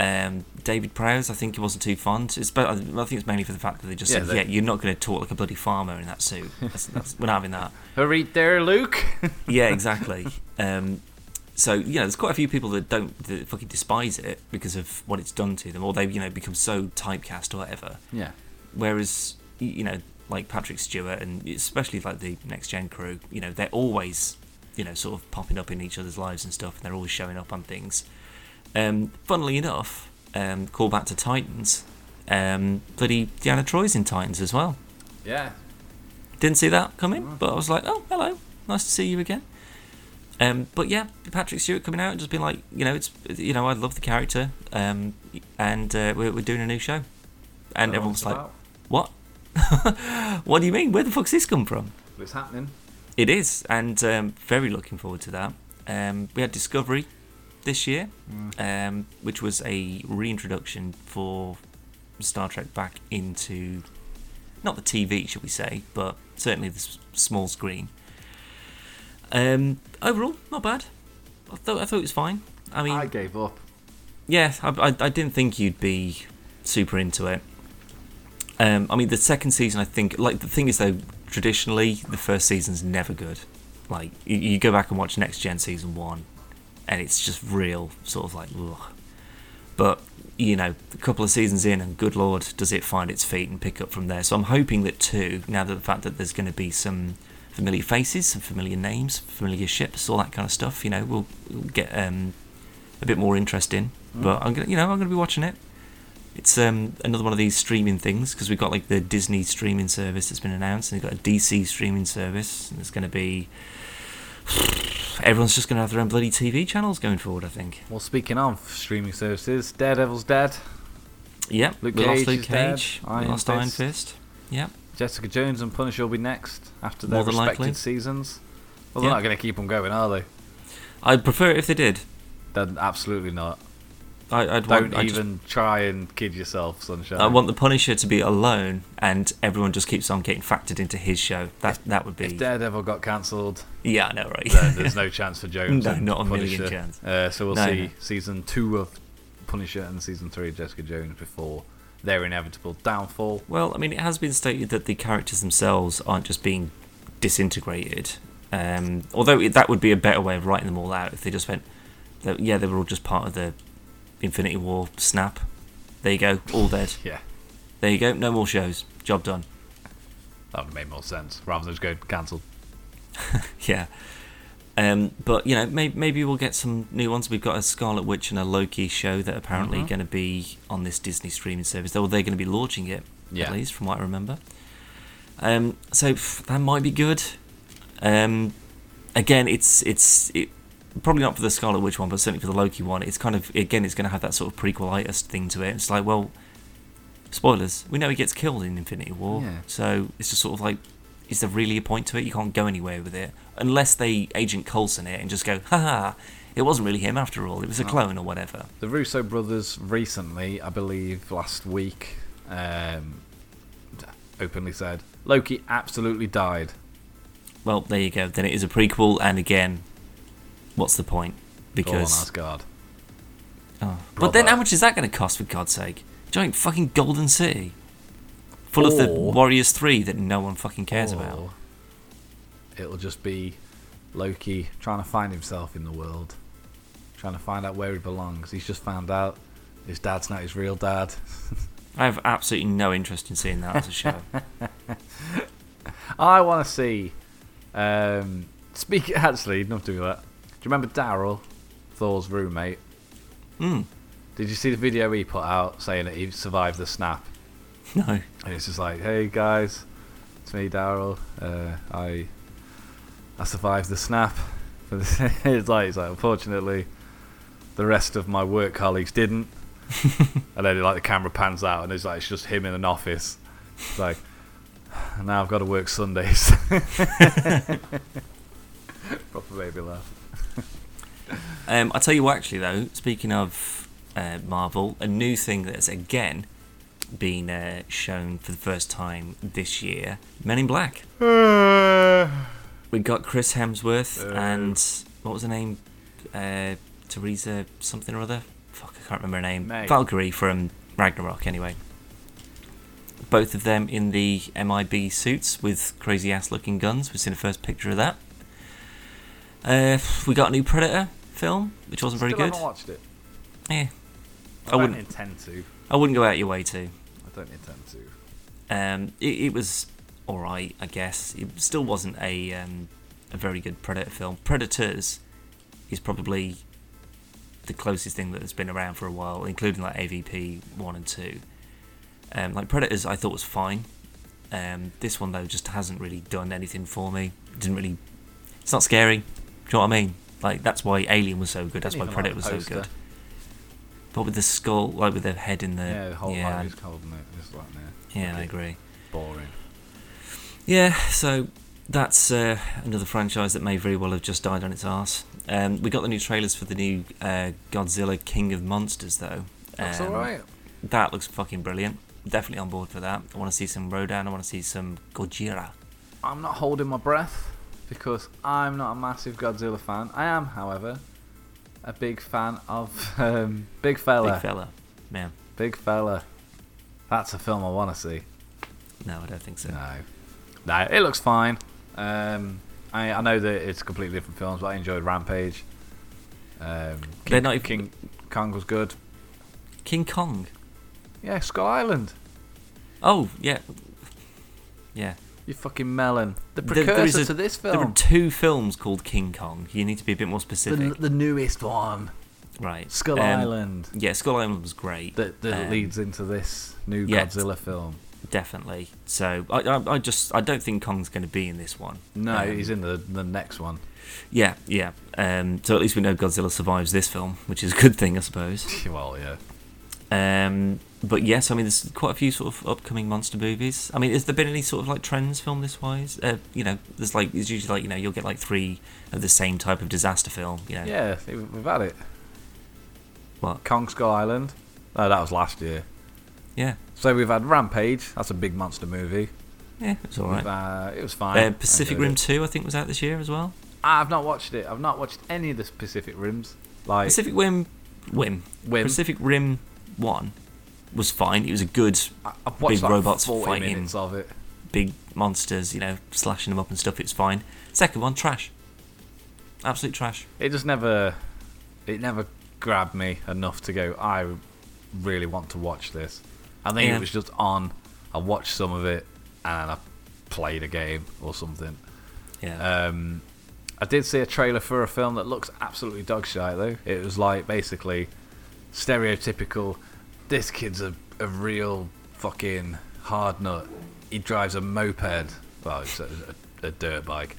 Um, David Prowse, I think he wasn't too fond. It's, but I think it's mainly for the fact that they just Yeah, said, they- "Yeah, you're not going to talk like a bloody farmer in that suit. That's, that's, we're not having that." Hurry there, Luke. Yeah, exactly. um, so yeah, there's quite a few people that don't that fucking despise it because of what it's done to them, or they've you know become so typecast or whatever. yeah. Whereas y- you know, like Patrick Stewart and especially like the next gen crew, you know, they're always you know sort of popping up in each other's lives and stuff, and they're always showing up on things. Um, funnily enough, um, call back to Titans. Um, bloody Deanna Troy's in Titans as well. Yeah. Didn't see that coming, but I was like, oh, hello, nice to see you again. Um, but yeah, Patrick Stewart coming out and just being like, you know, it's you know, I love the character, um, and uh, we're, we're doing a new show, and That's what everyone's it's like, about. what? what do you mean? Where the fuck's this come from? But it's happening. It is, and um, very looking forward to that. Um, we had Discovery this year, um, which was a reintroduction for Star Trek back into not the TV, should we say, but certainly the s- small screen. Um, overall, not bad. I thought I thought it was fine. I mean, I gave up. yeah, I, I, I didn't think you'd be super into it. Um, I mean, the second season, I think, like, the thing is, though, traditionally, the first season's never good. Like, you, you go back and watch Next Gen season one, and it's just real, sort of like, ugh. But, you know, a couple of seasons in, and good lord, does it find its feet and pick up from there. So I'm hoping that, too, now that the fact that there's going to be some familiar faces, some familiar names, familiar ships, all that kind of stuff, you know, we'll, we'll get um, a bit more interest in. Hmm. But I'm gonna, you know, I'm gonna be watching it. It's um, another one of these streaming things because we've got like the Disney streaming service that's been announced, and they've got a DC streaming service, and it's going to be everyone's just going to have their own bloody TV channels going forward, I think. Well, speaking of streaming services, Daredevil's dead. Yep, Luke we Cage lost Luke is dead, Cage, we Iron lost Iron Fist. Fist. Yep, Jessica Jones and Punisher will be next after their More than respected likely. seasons. Well, they're Yeah. not going to keep them going, are they? I'd prefer it if they did. Then absolutely not. I, I'd Don't want, I just- even try and kid yourself, Sunshine. I want the Punisher to be alone, and everyone just keeps on getting factored into his show. That that would if be Daredevil got cancelled, yeah, I know, right? then there's no chance for Jones. No, and not a million Punisher. chance. Uh, so we'll No, see no. season two of Punisher and season three of Jessica Jones before their inevitable downfall. Well, I mean, it has been stated that the characters themselves aren't just being disintegrated. Um, although it, that would be a better way of writing them all out if they just went, that- yeah, they were all just part of the Infinity War snap. There you go, all dead. Yeah, There you go, no more shows. Job done. that would have made more sense rather than just going cancelled. Yeah. Um, but you know, maybe maybe we'll get some new ones. We've got a Scarlet Witch and a Loki show that are apparently going to be on this Disney streaming service. Though they're going to be launching it, Yeah. at least from what I remember. Um, so f- that might be good. Um, again, it's it's it, probably not for the Scarlet Witch one, but certainly for the Loki one. It's kind of again, it's going to have that sort of prequelitis thing to it. It's like, well, spoilers. We know he gets killed in Infinity War, Yeah. so it's just sort of like, is there really a point to it? You can't go anywhere with it unless they Agent Coulson it and just go, haha, it wasn't really him after all. It was a No. clone or whatever. The Russo brothers recently, I believe last week, um, openly said Loki absolutely died. Well, there you go. Then it is a prequel, and again, what's the point? All on Because Asgard. Oh. But then Brother. how much is that going to cost, for God's sake? Giant fucking Golden City. Full of the Or- Warriors 3 that no one fucking cares Or about. It'll just be Loki trying to find himself in the world, trying to find out where he belongs. He's just found out his dad's not his real dad. I have absolutely no interest in seeing that as a show. I want to see. Um, speak actually, not do that. Do you remember Daryl, Thor's roommate? Mm, Did you see the video he put out saying that he survived the snap? no. And it's just like, hey guys, it's me, Daryl. Uh, I I survived the snap. But it's like, it's like, unfortunately, the rest of my work colleagues didn't. and then like the camera pans out, and it's like it's just him in an office. It's like, and now I've got to work Sundays. Proper baby laugh. Um, I'll tell you what, actually, though, speaking of uh, Marvel, a new thing that's again been uh, shown for the first time this year Men in Black. We got Chris Hemsworth Uh. and what was her name? Uh, Teresa something or other. Fuck, I can't remember her name. May. Valkyrie from Ragnarok, anyway. Both of them in the MIB suits with crazy ass looking guns. We've seen the first picture of that. Uh, we got a new Predator film, which wasn't very Still good. haven't watched it. Eh, I, I don't wouldn't- intend to. I wouldn't go out your way to. I don't intend to. Um, it, it was all right, I guess. It still wasn't a um, a very good Predator film. Predators is probably the closest thing that's been around for a while, including like AVP one and two. Um, like Predators, I thought was fine. Um, this one though just hasn't really done anything for me. Didn't really. It's not scary. Do you know what I mean? Like that's why Alien was so good. That's why Didn't even like Predator the was so poster. good. But with the skull, like with the head in the Yeah, the whole yeah, line is cold and it's like, nah, yeah, I okay, agree. Boring. Yeah, so that's uh, another franchise that may very well have just died on its arse. Um, we got the new trailers for the new uh, Godzilla King of Monsters, though. That's Um, alright. That looks fucking brilliant. Definitely on board for that. I want to see some Rodan. I want to see some Gojira. I'm not holding my breath because I'm not a massive Godzilla fan. I am, however, a big fan of um, Big Fella. Big fella. Man, Big Fella. That's a film I want to see. no, I don't think so. No, no, it looks fine. Um, I, I know that it's completely different films, but I enjoyed Rampage. Um, They're King, not even- King Kong was good. King Kong. Yeah, Skull Island. Oh, yeah. Yeah. You fucking melon. The There- precursor there is a- to this There were film. two films called King Kong. You need to be a bit more The, specific. the newest one. right. Skull Um, Island. Yeah, Skull Island was great. that, that Um, leads into this new yeah. Godzilla film. definitely. So I, I, I just I don't think Kong's going to be in this one. No, Um, he's in the, the next one. Yeah, yeah. Um, so at least we know Godzilla survives this film, which is a good thing, I suppose. Well, yeah. Um, but yes, I mean, there's quite a few sort of upcoming monster movies. I mean, has there been any sort of like trends film this wise? Uh, you know, there's like there's usually like you know you'll get like three of the same type of disaster film. You know, Yeah, we- we've had it. What? Kong Skull Island. No, that was last year. yeah, So we've had Rampage. That's a big monster movie. yeah. It's all right. We've, uh, it was fine. I Uh, enjoyed Pacific Rim it. Two, I think, was out this year as well. I've not watched it. I've not watched any of the Pacific Rims. Like Pacific Rim, Wim, Rim. Pacific Rim One was fine. It was a good I- I've watched big like robots 40 fighting. minutes of it. big monsters, you know, slashing them up and stuff. It's fine. Second one, trash. Absolute trash. It just never, it never grabbed me enough to go. I really want to watch this. I think Yeah. it was just on. I watched some of it and I played a game or something. Yeah. Um, I did see a trailer for a film that looks absolutely dog shite though. It was like basically stereotypical. This kid's a, a real fucking hard nut. He drives a moped, well, it's a, a, a dirt bike,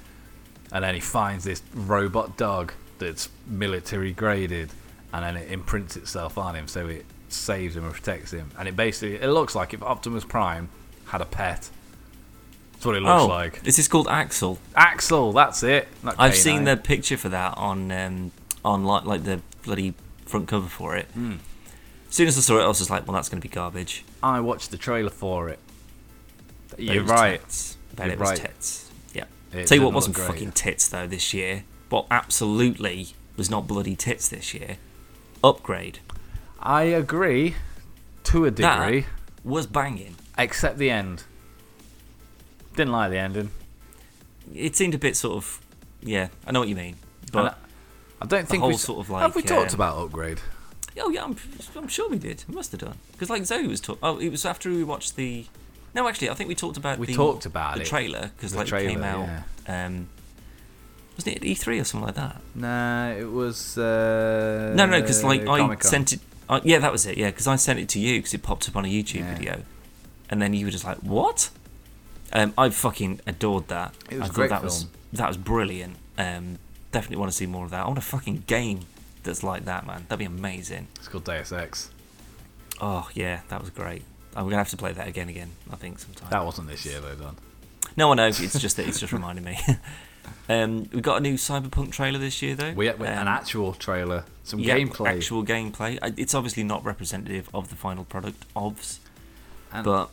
and then he finds this robot dog that's military graded, and then it imprints itself on him, so it saves him and protects him. And it basically it looks like if Optimus Prime had a pet. That's what it looks oh, like. this is called Axel. Axel, that's it. Not I've K9. seen the picture for that on um, on like, like the bloody front cover for it. Hmm. As soon as I saw it, I was just like, well, that's going to be garbage. I watched the trailer for it. But You're it was right. Tits. But You're it was right. tits. Yeah. It Tell you didn't what wasn't look great. fucking tits though this year. What absolutely was not bloody tits this year. Upgrade. I agree to a That- degree, Was banging. except the end. Didn't like the ending. It seemed a bit sort of. Yeah, I know what you mean. And But I, I don't think we whole sort of have like, we talked um, about upgrade. Oh yeah, I'm, I'm sure we did. We must have done because like Zoe was talking. Oh, it was after we watched the. No, actually, I think we talked about We the, talked about the it. trailer because The like it came trailer, out. Um, wasn't it at E3 or something like that? Nah, it was. Uh, no, no, because like I Comic-Con. sent it. I, yeah, that was it. Yeah, because I sent it to you because it popped up on a YouTube Yeah. video, and then you were just like, "What?" Um, I fucking adored that. It was I a thought great that was film. that was brilliant. Um, definitely want to see more of that. I want a fucking game that's like that, man. That'd be amazing. It's called Deus Ex. Oh yeah, that was great. I'm gonna have to play that again, again. I think sometime. That wasn't this year though, Don. No, I know. It's just that it's just reminding me. um, we got a new Cyberpunk trailer this year, though. We, we um, an actual trailer, some yeah, gameplay, actual gameplay. I- It's obviously not representative of the final product, obvs. and But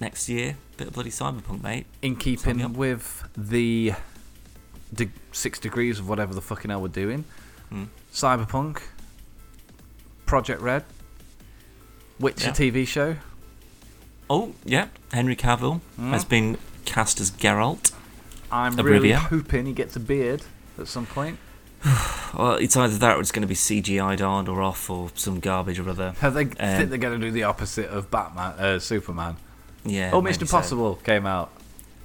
next year, bit of bloody Cyberpunk, mate. in Sign me up. keeping with the de- six degrees of whatever the fucking hell we're doing. Hmm. Cyberpunk, Project Red, Witcher Yeah. TV show. Oh yeah, Henry Cavill Hmm. has been cast as Geralt. I'm really Oblivion. hoping he gets a beard at some point. Well, it's either that or it's going to be CGI'd on or off or some garbage or other. I think, Um, think they're going to do the opposite of Batman, uh, Superman. Yeah. oh, maybe Mission so. Impossible came out.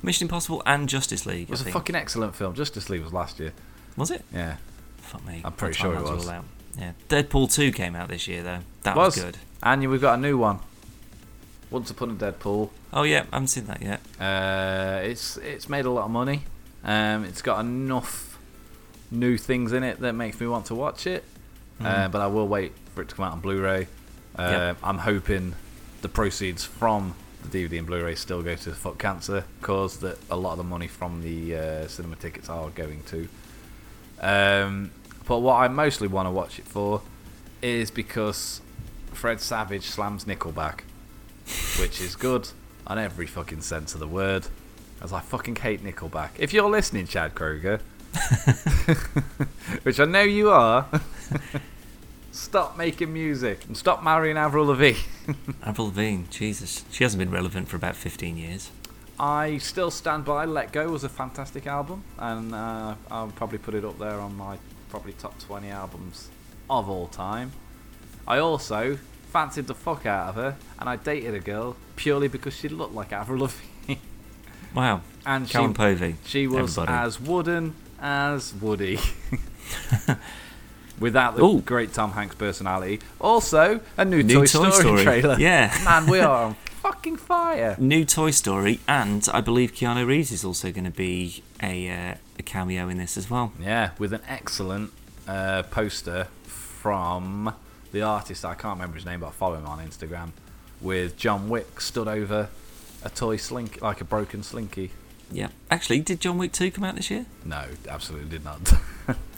Mission Impossible and Justice League. It was a I think. fucking excellent film. Justice League was last year. Was it? Yeah, Fuck me. I'm pretty That's sure how it that's all was. out. Yeah. Deadpool 2 came out this year, though. That was, Was. good. and we've got a new one. Once Upon a Deadpool. Oh, yeah. I haven't seen that yet. Uh, it's it's made a lot of money. Um, it's got enough new things in it that makes me want to watch it. Uh, Mm. but I will wait for it to come out on Blu-ray. Uh, Yep. I'm hoping the proceeds from the DVD and Blu-ray still go to Fuck Cancer cause that a lot of the money from the uh, cinema tickets are going to. Um, but what I mostly want to watch it for is because Fred Savage slams Nickelback, which is good on every fucking sense of the word. As I fucking hate Nickelback. If you're listening, Chad Kroger, which I know you are, stop making music and stop marrying Avril Lavigne. Avril Lavigne. Jesus. She hasn't been relevant for about 15 years. I still stand by. Let Go was a fantastic album, and uh, I'll probably put it up there on my probably top 20 albums of all time. I also fancied the fuck out of her, and I dated a girl purely because she looked like Avril Lavigne, Wow. and she Callum Povey. she was everybody. as wooden as Woody. Without the Ooh. great Tom Hanks personality. Also, a new, New Toy, Story, trailer. Yeah. Man, we are on fuck fucking fire. New Toy Story, and I believe Keanu Reeves is also going to be a, uh, a cameo in this as well. Yeah, with an excellent uh, poster from the artist. I can't remember his name, but I follow him on Instagram. With John Wick stood over a toy slink, like a broken slinky. Yeah. Actually, did John Wick 2 come out this year? No, absolutely did not.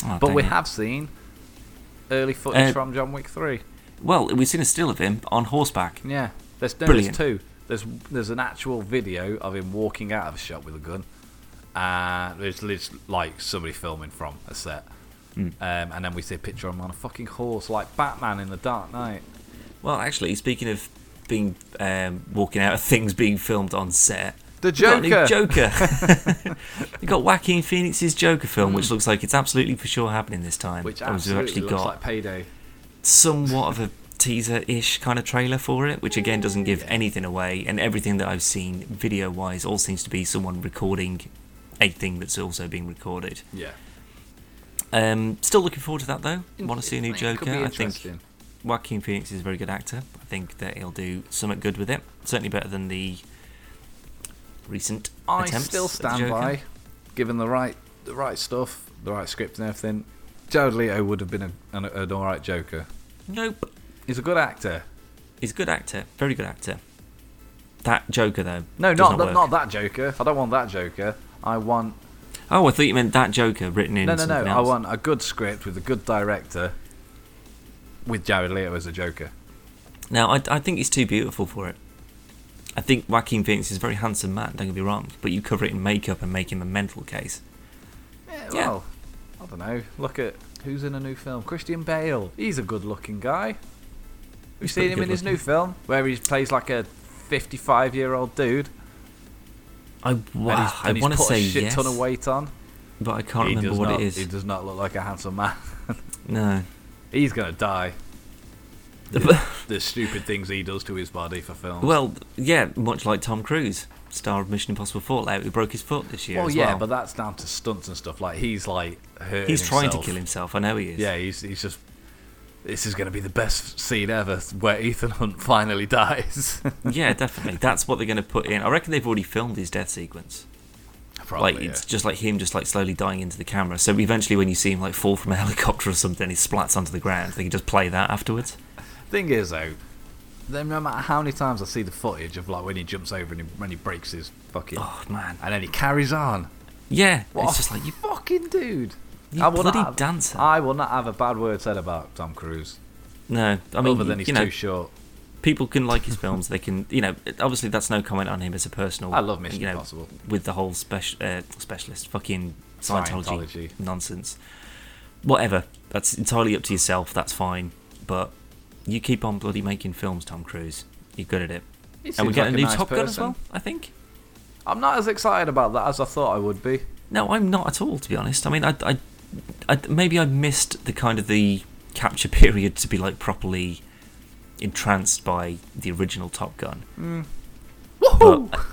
Oh, but dang we it. have seen early footage Uh, from John Wick Three. Well, we've seen a still of him on horseback. Yeah, there's no, Brilliant. there's two. There's there's an actual video of him walking out of a shop with a gun. Uh, there's lit- like somebody filming from a set, Hmm. um, and then we see a picture of him on a fucking horse, like Batman in the Dark Knight. Well, actually, speaking of being um, walking out of things being filmed on set, The we've got a new Joker. Joker. we got Joaquin Phoenix's Joker film, which looks like it's absolutely for sure happening this time. Hmm. Which And we've absolutely looks got like payday. somewhat of a teaser-ish kind of trailer for it, which again doesn't give anything away, and everything that I've seen video-wise all seems to be someone recording a thing that's also being recorded. Yeah, Um, still looking forward to that though. Want to see a new It could Joker? be I think interesting. Joaquin Phoenix is a very good actor. I think that he'll do something good with it. Certainly better than the recent I attempts. still at the stand Joker. by, given the right the right stuff, the right script and everything. Jared Leto would have been a, an, an all right Joker. Nope. He's a good actor. He's a good actor. Very good actor. That Joker though. No, does not not, not, work. not that Joker. I don't want that Joker. I want Oh, I thought you meant that Joker written in. no, no, no. something I else. want a good script with a good director, with Jared Leto as a Joker. Now, I, I think he's too beautiful for it. I think Joaquin Phoenix is a very handsome man. Don't get me wrong, but you cover it in makeup and make him a mental case. Yeah, Yeah. well, I don't know. Look at who's in a new film. Christian Bale. He's a good-looking guy. We've He's seen pretty him in his new good-looking. film where he plays like a 55-year-old dude I and wow, he's, I and he's want to put say a shit yes, ton of weight on. but I can't he remember does what not, it is. He does not look like a handsome man. No. He's gonna die. The stupid things he does to his body for films. Well, yeah, much like Tom Cruise, star of Mission Impossible Fallout, who broke his foot this year. Well, as yeah, well. but that's down to stunts and stuff. Like he's like hurting he's trying to himself. kill himself. I know he is. Yeah, he's he's just. This is going to be the best scene ever, where Ethan Hunt finally dies. yeah, definitely. That's what they're going to put in. I reckon they've already filmed his death sequence. Probably, like it's yeah. just like him, just like slowly dying into the camera. So eventually, when you see him like fall from a helicopter or something, he splats onto the ground. They can just play that afterwards. Thing is, though, then no matter how many times I see the footage of like when he jumps over and he, when he breaks his fucking, Oh man. and then he carries on. Yeah, What it's a just like you. fucking dude. You I will not bloody have- dancer. I will not have a bad word said about Tom Cruise, No, I mean, other than he's you know, too short. people can like his films. They can, you know, obviously that's no comment on him as a personal. I love Mission you know, Impossible. With the whole special uh, specialist fucking Scientology, Scientology. nonsense. Whatever. That's entirely up to yourself. That's fine. But you keep on bloody making films, Tom Cruise. You're good at it. He and we seems get like a new nice Top Gun as person. well. I think. I'm not as excited about that as I thought I would be. No, I'm not at all. To be honest, I mean, I, I, I maybe I missed the kind of the capture period to be like properly entranced by the original Top Gun. Woohoo! But,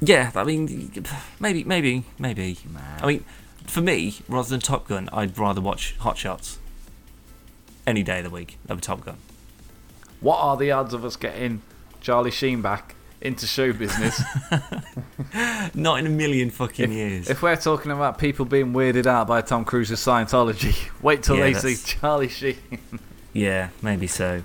yeah, I mean, maybe, maybe, maybe. Nah. I mean, for me, rather than Top Gun, I'd rather watch Hot Shots any day of the week over Top Gun. What are the odds of us getting Charlie Sheen back into show business? Not in a million fucking if, years. if we're talking about people being weirded out by Tom Cruise's Scientology, wait till Yeah, they that's- see Charlie Sheen. yeah, maybe so.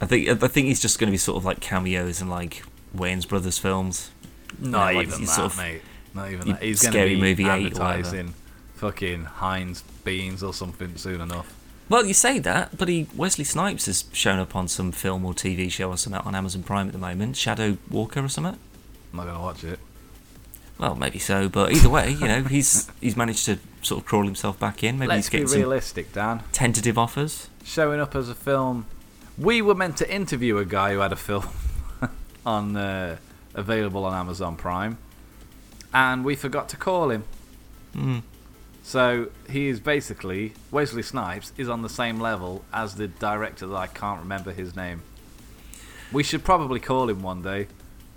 I think I think he's just going to be sort of like cameos in like Wayne's Brothers films. Not Yeah, like, even he's that, sort of- mate. Not even you- that. He's going to Scary be Movie eight or whatever. advertising fucking Heinz beans or something soon enough. Well, you say that, but he Wesley Snipes has shown up on some film or TV show or something on Amazon Prime at the moment, Shadow Walker or something. I'm not going to watch it. Well, maybe so, but either way, you know, he's he's managed to sort of crawl himself back in. Maybe Let's he's be getting some realistic, Dan. tentative offers. Showing up as a film. We were meant to interview a guy who had a film on uh, available on Amazon Prime, and we forgot to call him. Mm. So he is basically Wesley Snipes is on the same level as the director that I can't remember his name. We should probably call him one day.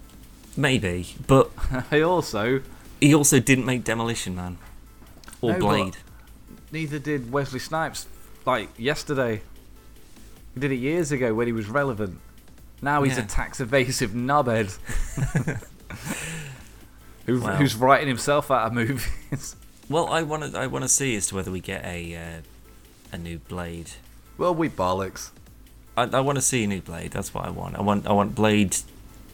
Maybe, but he also he also didn't make Demolition Man or No, but- Blade. neither did Wesley Snipes like yesterday. He did it years ago when he was relevant. Now he's Yeah. a tax evasive knobhead who, Wow. who's writing himself out of movies. Well, I want to I want to see as to whether we get a uh, a new blade. well, we bollocks. I, I want to see a new blade. That's what I want. I want I want blade,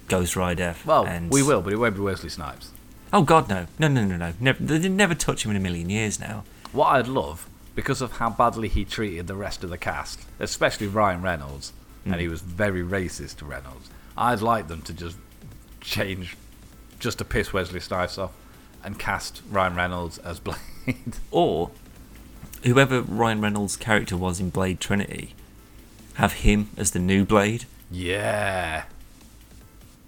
Ghost Rider. Well, and... we will, but it won't be Wesley Snipes. Oh God, no, no, no, no, no. Never, they did never touch him in a million years now. What I'd love, because of how badly he treated the rest of the cast, especially Ryan Reynolds, and he Mm. was very racist to Reynolds, I'd like them to just change, just to piss Wesley Snipes off, and cast Ryan Reynolds as Blade. Or whoever Ryan Reynolds' character was in Blade Trinity, have him as the new Blade. yeah.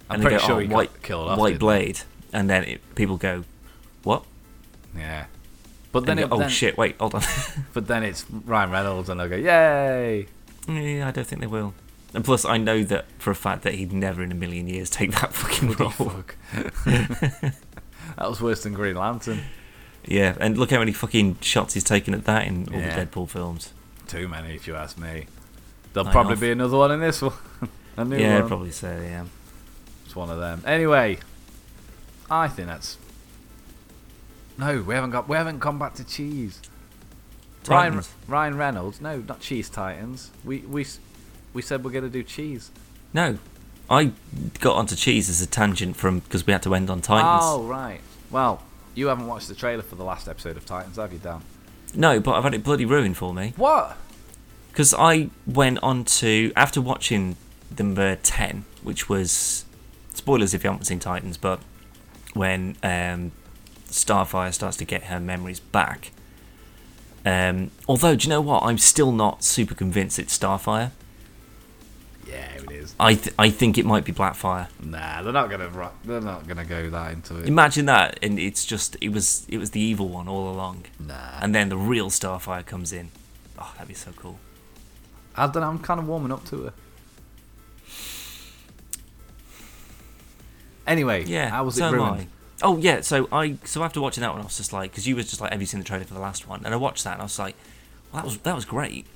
I'm they pretty go, sure "Oh, he white, got killed off. White didn't Blade, and then it, people go, "What?" he? Yeah. But And then, you it, go, oh then- shit! Wait, hold on. But then it's Ryan Reynolds, and they'll go, yay! yeah, I don't think they will. And plus, I know that for a fact that he'd never in a million years take that fucking role. Fuck. that was worse than Green Lantern. Yeah, and look how many fucking shots he's taken at that in all Yeah. the Deadpool films. Too many, if you ask me. There'll Nine probably off. be another one in this one. A new yeah, one. probably so. Yeah. It's one of them. Anyway, I think that's. No, we haven't got. We haven't gone back to cheese. Ryan, Titans. Ryan Reynolds. No, not cheese Titans. We we s- we said we're gonna do cheese. No, I got onto cheese as a tangent from because we had to end on Titans. Oh right. Well, you haven't watched the trailer for the last episode of Titans, have you, Dan? No, but I've had it bloody ruined for me What? because I went on to after watching number ten, which was spoilers if you haven't seen Titans, but when um, Starfire starts to get her memories back. Um, although, do you know what? I'm still not super convinced it's Starfire. Yeah, it is. I th- I think it might be Blackfire. Nah, they're not gonna. ro- They're not gonna go that into it. Imagine that, and it's just it was it was the evil one all along. Nah. and then the real Starfire comes in. Oh, that'd be so cool. I don't know. I'm kind of warming up to her. Anyway, Yeah, how was so it am ruined? I. Oh yeah, so I so after watching that one, I was just like, because you was just like, have you seen the trailer for the last one? And I watched that, and I was like, well, that was that was great.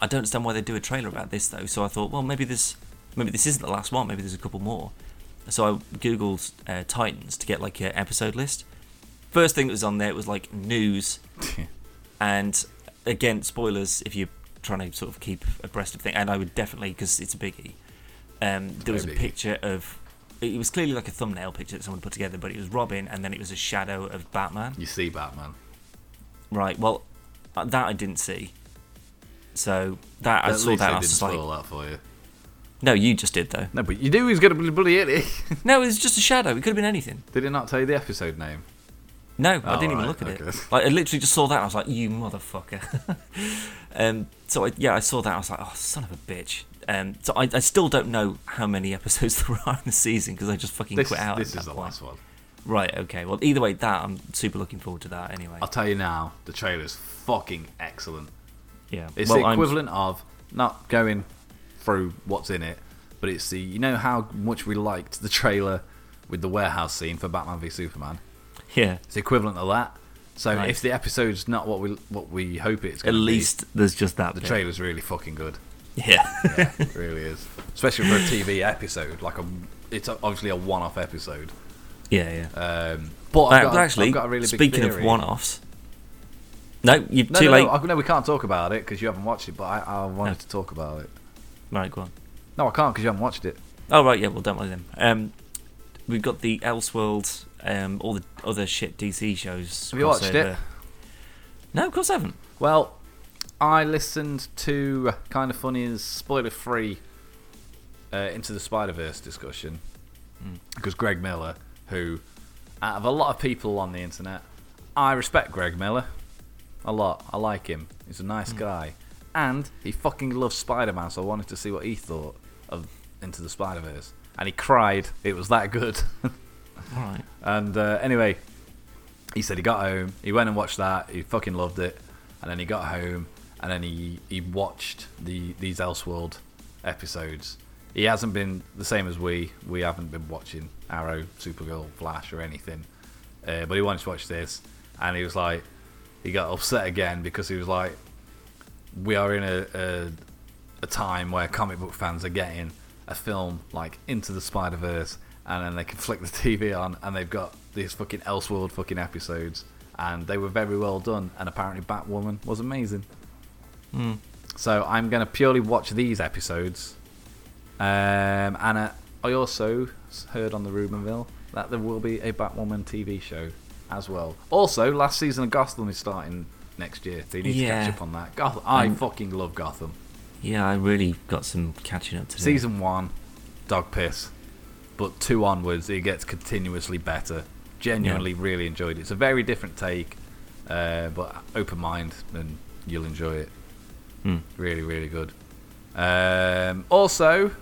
I don't understand why they do a trailer about this though. So I thought, well, maybe this maybe this isn't the last one. Maybe there's a couple more. So I googled uh, Titans to get like an episode list. First thing that was on there was like news And again, spoilers if you're trying to sort of keep abreast of things. And I would definitely, because it's a biggie. Um, there was a biggie. picture of. It was clearly like a thumbnail picture that someone put together, but it was Robin, and then it was a shadow of Batman. you see Batman. Right. Well, uh, that I didn't see. So that I At saw least that. they and I was didn't just like, spoil that for you. no, you just did though. No, but you do. He's gonna be bloody idiot. No, it was just a shadow. It could have been anything. Did it not tell you the episode name? No, I Oh, didn't even right, look at okay. it. Like, I literally just saw that. And I was like, "You motherfucker!" um, so I, yeah, I saw that. I was like, "Oh, son of a bitch!" Um, so I, I still don't know how many episodes there are in the season because I just fucking This, quit out. this at is that the point. last one. Right. Okay. Well, either way, that I'm super looking forward to that. Anyway. I'll tell you now. The trailer's fucking excellent. yeah. It's well, the I'm- equivalent of not going through what's in it, but it's the you know how much we liked the trailer with the warehouse scene for Batman v Superman. yeah. It's the equivalent of that. So Right. if the episode's not what we what we hope it's At going to be, least there's just that. the bit. trailer's really fucking good. Yeah. Yeah, it really is. Especially for a TV episode, like a it's obviously a one-off episode. yeah. Yeah. Um, but Uh, I've got, but a- actually, I've got a really big speaking of theory. one-offs. No, you're no, too no, late. No, I- no, we can't talk about it because you haven't watched it. But I, I wanted to talk about it. Right. Go on. No, I can't because you haven't watched it. Oh right, yeah. Well, don't worry then. Um, we've got the Elseworlds, um, all the other shit DC shows. Have you watched crossover. it? No, of course I haven't. Well, I listened to Kind of Funny's spoiler free uh, Into the Spider Verse discussion because Greg Miller, who, out of a lot of people on the internet, I respect Greg Miller a lot. I like him. He's a nice guy. And he fucking loves Spider Man, so I wanted to see what he thought of Into the Spider Verse. And he cried. It was that good. All right. And uh, anyway, he said he got home, he went and watched that, he fucking loved it, and then he got home, and then he he watched the these Elseworld episodes. He hasn't been the same as we. We haven't been watching Arrow, Supergirl, Flash, or anything. Uh, but he wanted to watch this, and he was like, he got upset again because he was like, we are in a, a a time where comic book fans are getting a film like Into the Spider Verse, and then they can flick the TV on, and they've got these fucking Elseworld fucking episodes, and they were very well done, and apparently Batwoman was amazing. Mm. So I'm going to purely watch these episodes. Um, and uh, I also s- heard on the Rubenville that there will be a Batwoman TV show as well. Also, last season of Gotham is starting next year, so you need to Yeah. catch up on that. Goth- I Um, fucking love Gotham. Yeah, I really got some catching up to do. Season one, dog piss. But two onwards, it gets continuously better. Genuinely, really enjoyed it. It's a very different take, uh, but open mind, and you'll enjoy it. Mm. Really, really good. Um, also,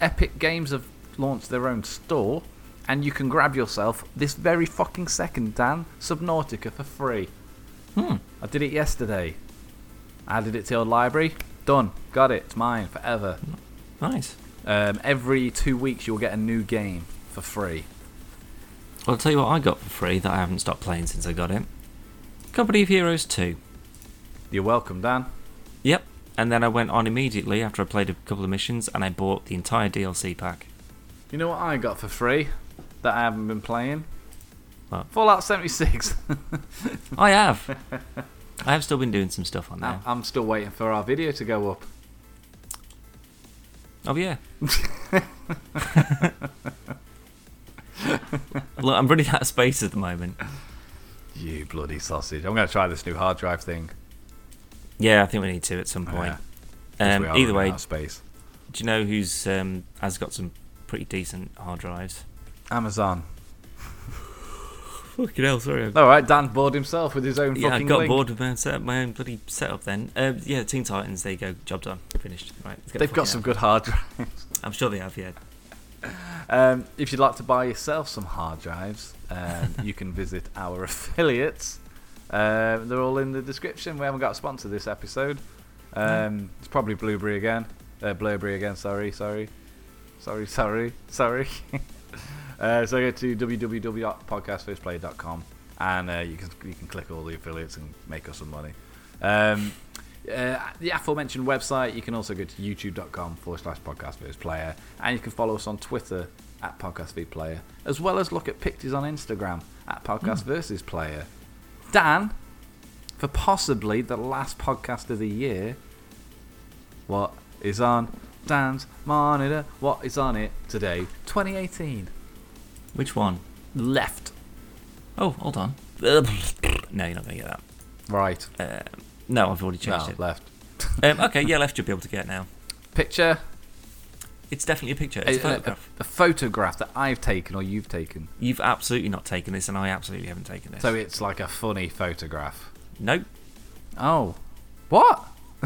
Epic Games have launched their own store, and you can grab yourself this very fucking second, Dan, Subnautica for free. Hmm. I did it yesterday. Added it to your library. Done. Got it. It's mine forever. Nice. Um, every two weeks, you'll get a new game for free. Well, I'll tell you what I got for free that I haven't stopped playing since I got it. Company of Heroes 2. You're welcome, Dan. Yep. And then I went on immediately after I played a couple of missions and I bought the entire DLC pack. You know what I got for free that I haven't been playing? What? Fallout 76. I have. I have still been doing some stuff on there. I- I'm still waiting for our video to go up. Oh yeah. Look, I'm running out of space at the moment. You bloody sausage. I'm going to try this new hard drive thing. Yeah, I think we need to at some point. Yeah, 'cause we um, are either running way, out of space. do you know who's um, has got some pretty decent hard drives? Amazon. Fucking hell, sorry. All right, Dan bored himself with his own yeah, I fucking got link. bored with my own, set, my own bloody setup then. Um, yeah, Teen Titans, there you go. Job done. Finished. Right. let's get the They've got fuck some out. good hard drives. I'm sure they have, yeah. Um, if you'd like to buy yourself some hard drives, um, you can visit our affiliates. Um, they're all in the description. We haven't got a sponsor this episode. Um, it's probably Blueberry again. Uh, Blueberry again. Sorry, sorry, sorry, sorry, sorry. uh, so go to www.podcastfirstplay.com and uh, you can you can click all the affiliates and make us some money. Um, uh, the aforementioned website. You can also go to youtube.com forward slash podcast first player, and you can follow us on Twitter at podcast v player, as well as look at pictures on Instagram at podcast Hmm. versus player. Dan, for possibly the last podcast of the year, what is on Dan's monitor? What is on it today? 2018. Which one? Left. Oh, hold on. no, you're not going to get Right. that. Um no, I've already changed No, it. left. um, okay, yeah, left you'll be able to get now. Picture. It's definitely a picture. A, It's a a- photograph. a photograph that I've taken or you've taken. You've absolutely not taken this, and I absolutely haven't taken this. So it's like a funny photograph. nope. Oh, what?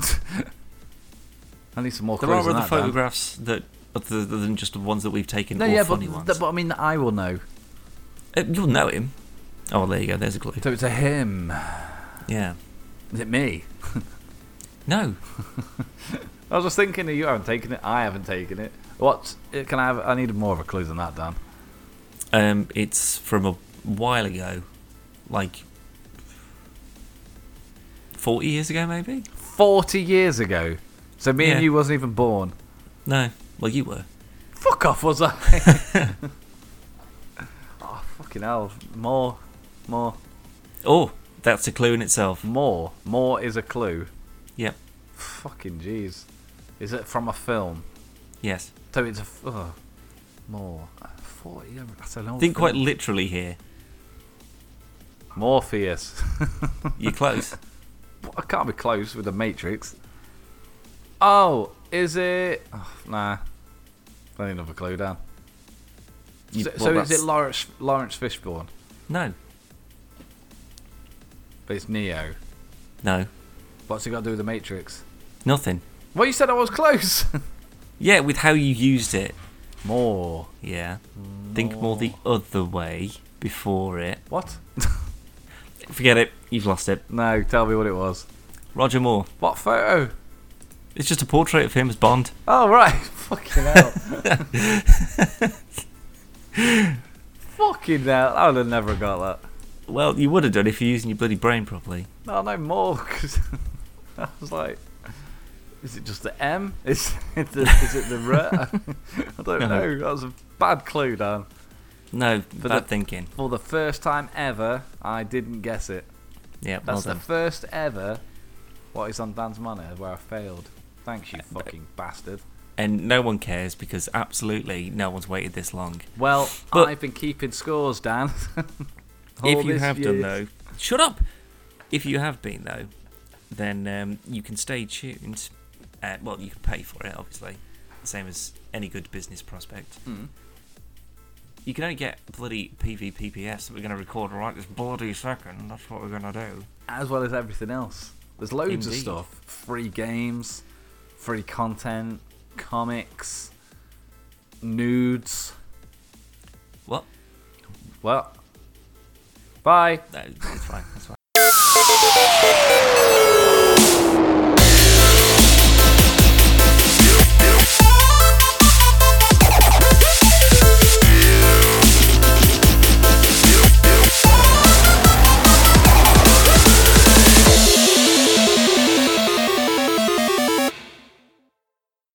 I need some more There clues are on other that, Dan. photographs that other than just the ones that we've taken, No, or yeah, but, funny ones. th- but I mean, I will know. Uh, you'll know him. Oh, well, there you go. There's a clue. So it's a him. Yeah. Is it me? No. I was just thinking that you haven't taken it. I haven't taken it. What uh, can I have? I need more of a clue than that, Dan. Um, it's from a while ago, like forty years ago, maybe. Forty years ago. So me and Yeah. you wasn't even born. No. Well, you were. Fuck off, was I? oh fucking hell! More, more, Oh, that's a clue in itself. more, more is a clue. Yep. Fucking jeez. Is it from a film? Yes. So it's a f- ugh. more forty. That's an old Think quite film. literally here. Morpheus. You're close. I can't be close with the Matrix. Oh, is it? Oh, nah, I need another clue, Dan. You- so well, so is that's- it Lawrence Lawrence Fishburne? No. But it's Neo. No. What's it got to do with the Matrix? Nothing. Well, you said I was close. Yeah, with how you used it. more. Yeah. Mm. Think more the other way before it. What? Forget it. You've lost it. No, tell me what it was. Roger Moore. What photo? It's just a portrait of him as Bond. Oh right, fucking hell. fucking hell, I would have never got that. Well, you would have done if you're using your bloody brain properly. No, no more. 'cause I was like, Is it just the M? Is it the, is it the R? I don't No. know. That was a bad clue, Dan. No, But bad the- thinking. For the first time ever, I didn't guess it. Yeah, well That's the done. first ever. What is on Dan's monitor where I failed? Thanks, you fucking bastard. and no one cares because absolutely no one's waited this long. Well, But- I've been keeping scores, Dan. All if you this have year. done though, shut up. If you have been though, then um, you can stay tuned. Uh, well, you can pay for it, obviously, same as any good business prospect. Mm. You can only get bloody PVPPS that we're going to record right this bloody second. That's what we're going to do. as well as everything else. There's loads of Indeed. stuff: free games, free content, comics, nudes. What? Well, bye. No, that's fine. That's fine.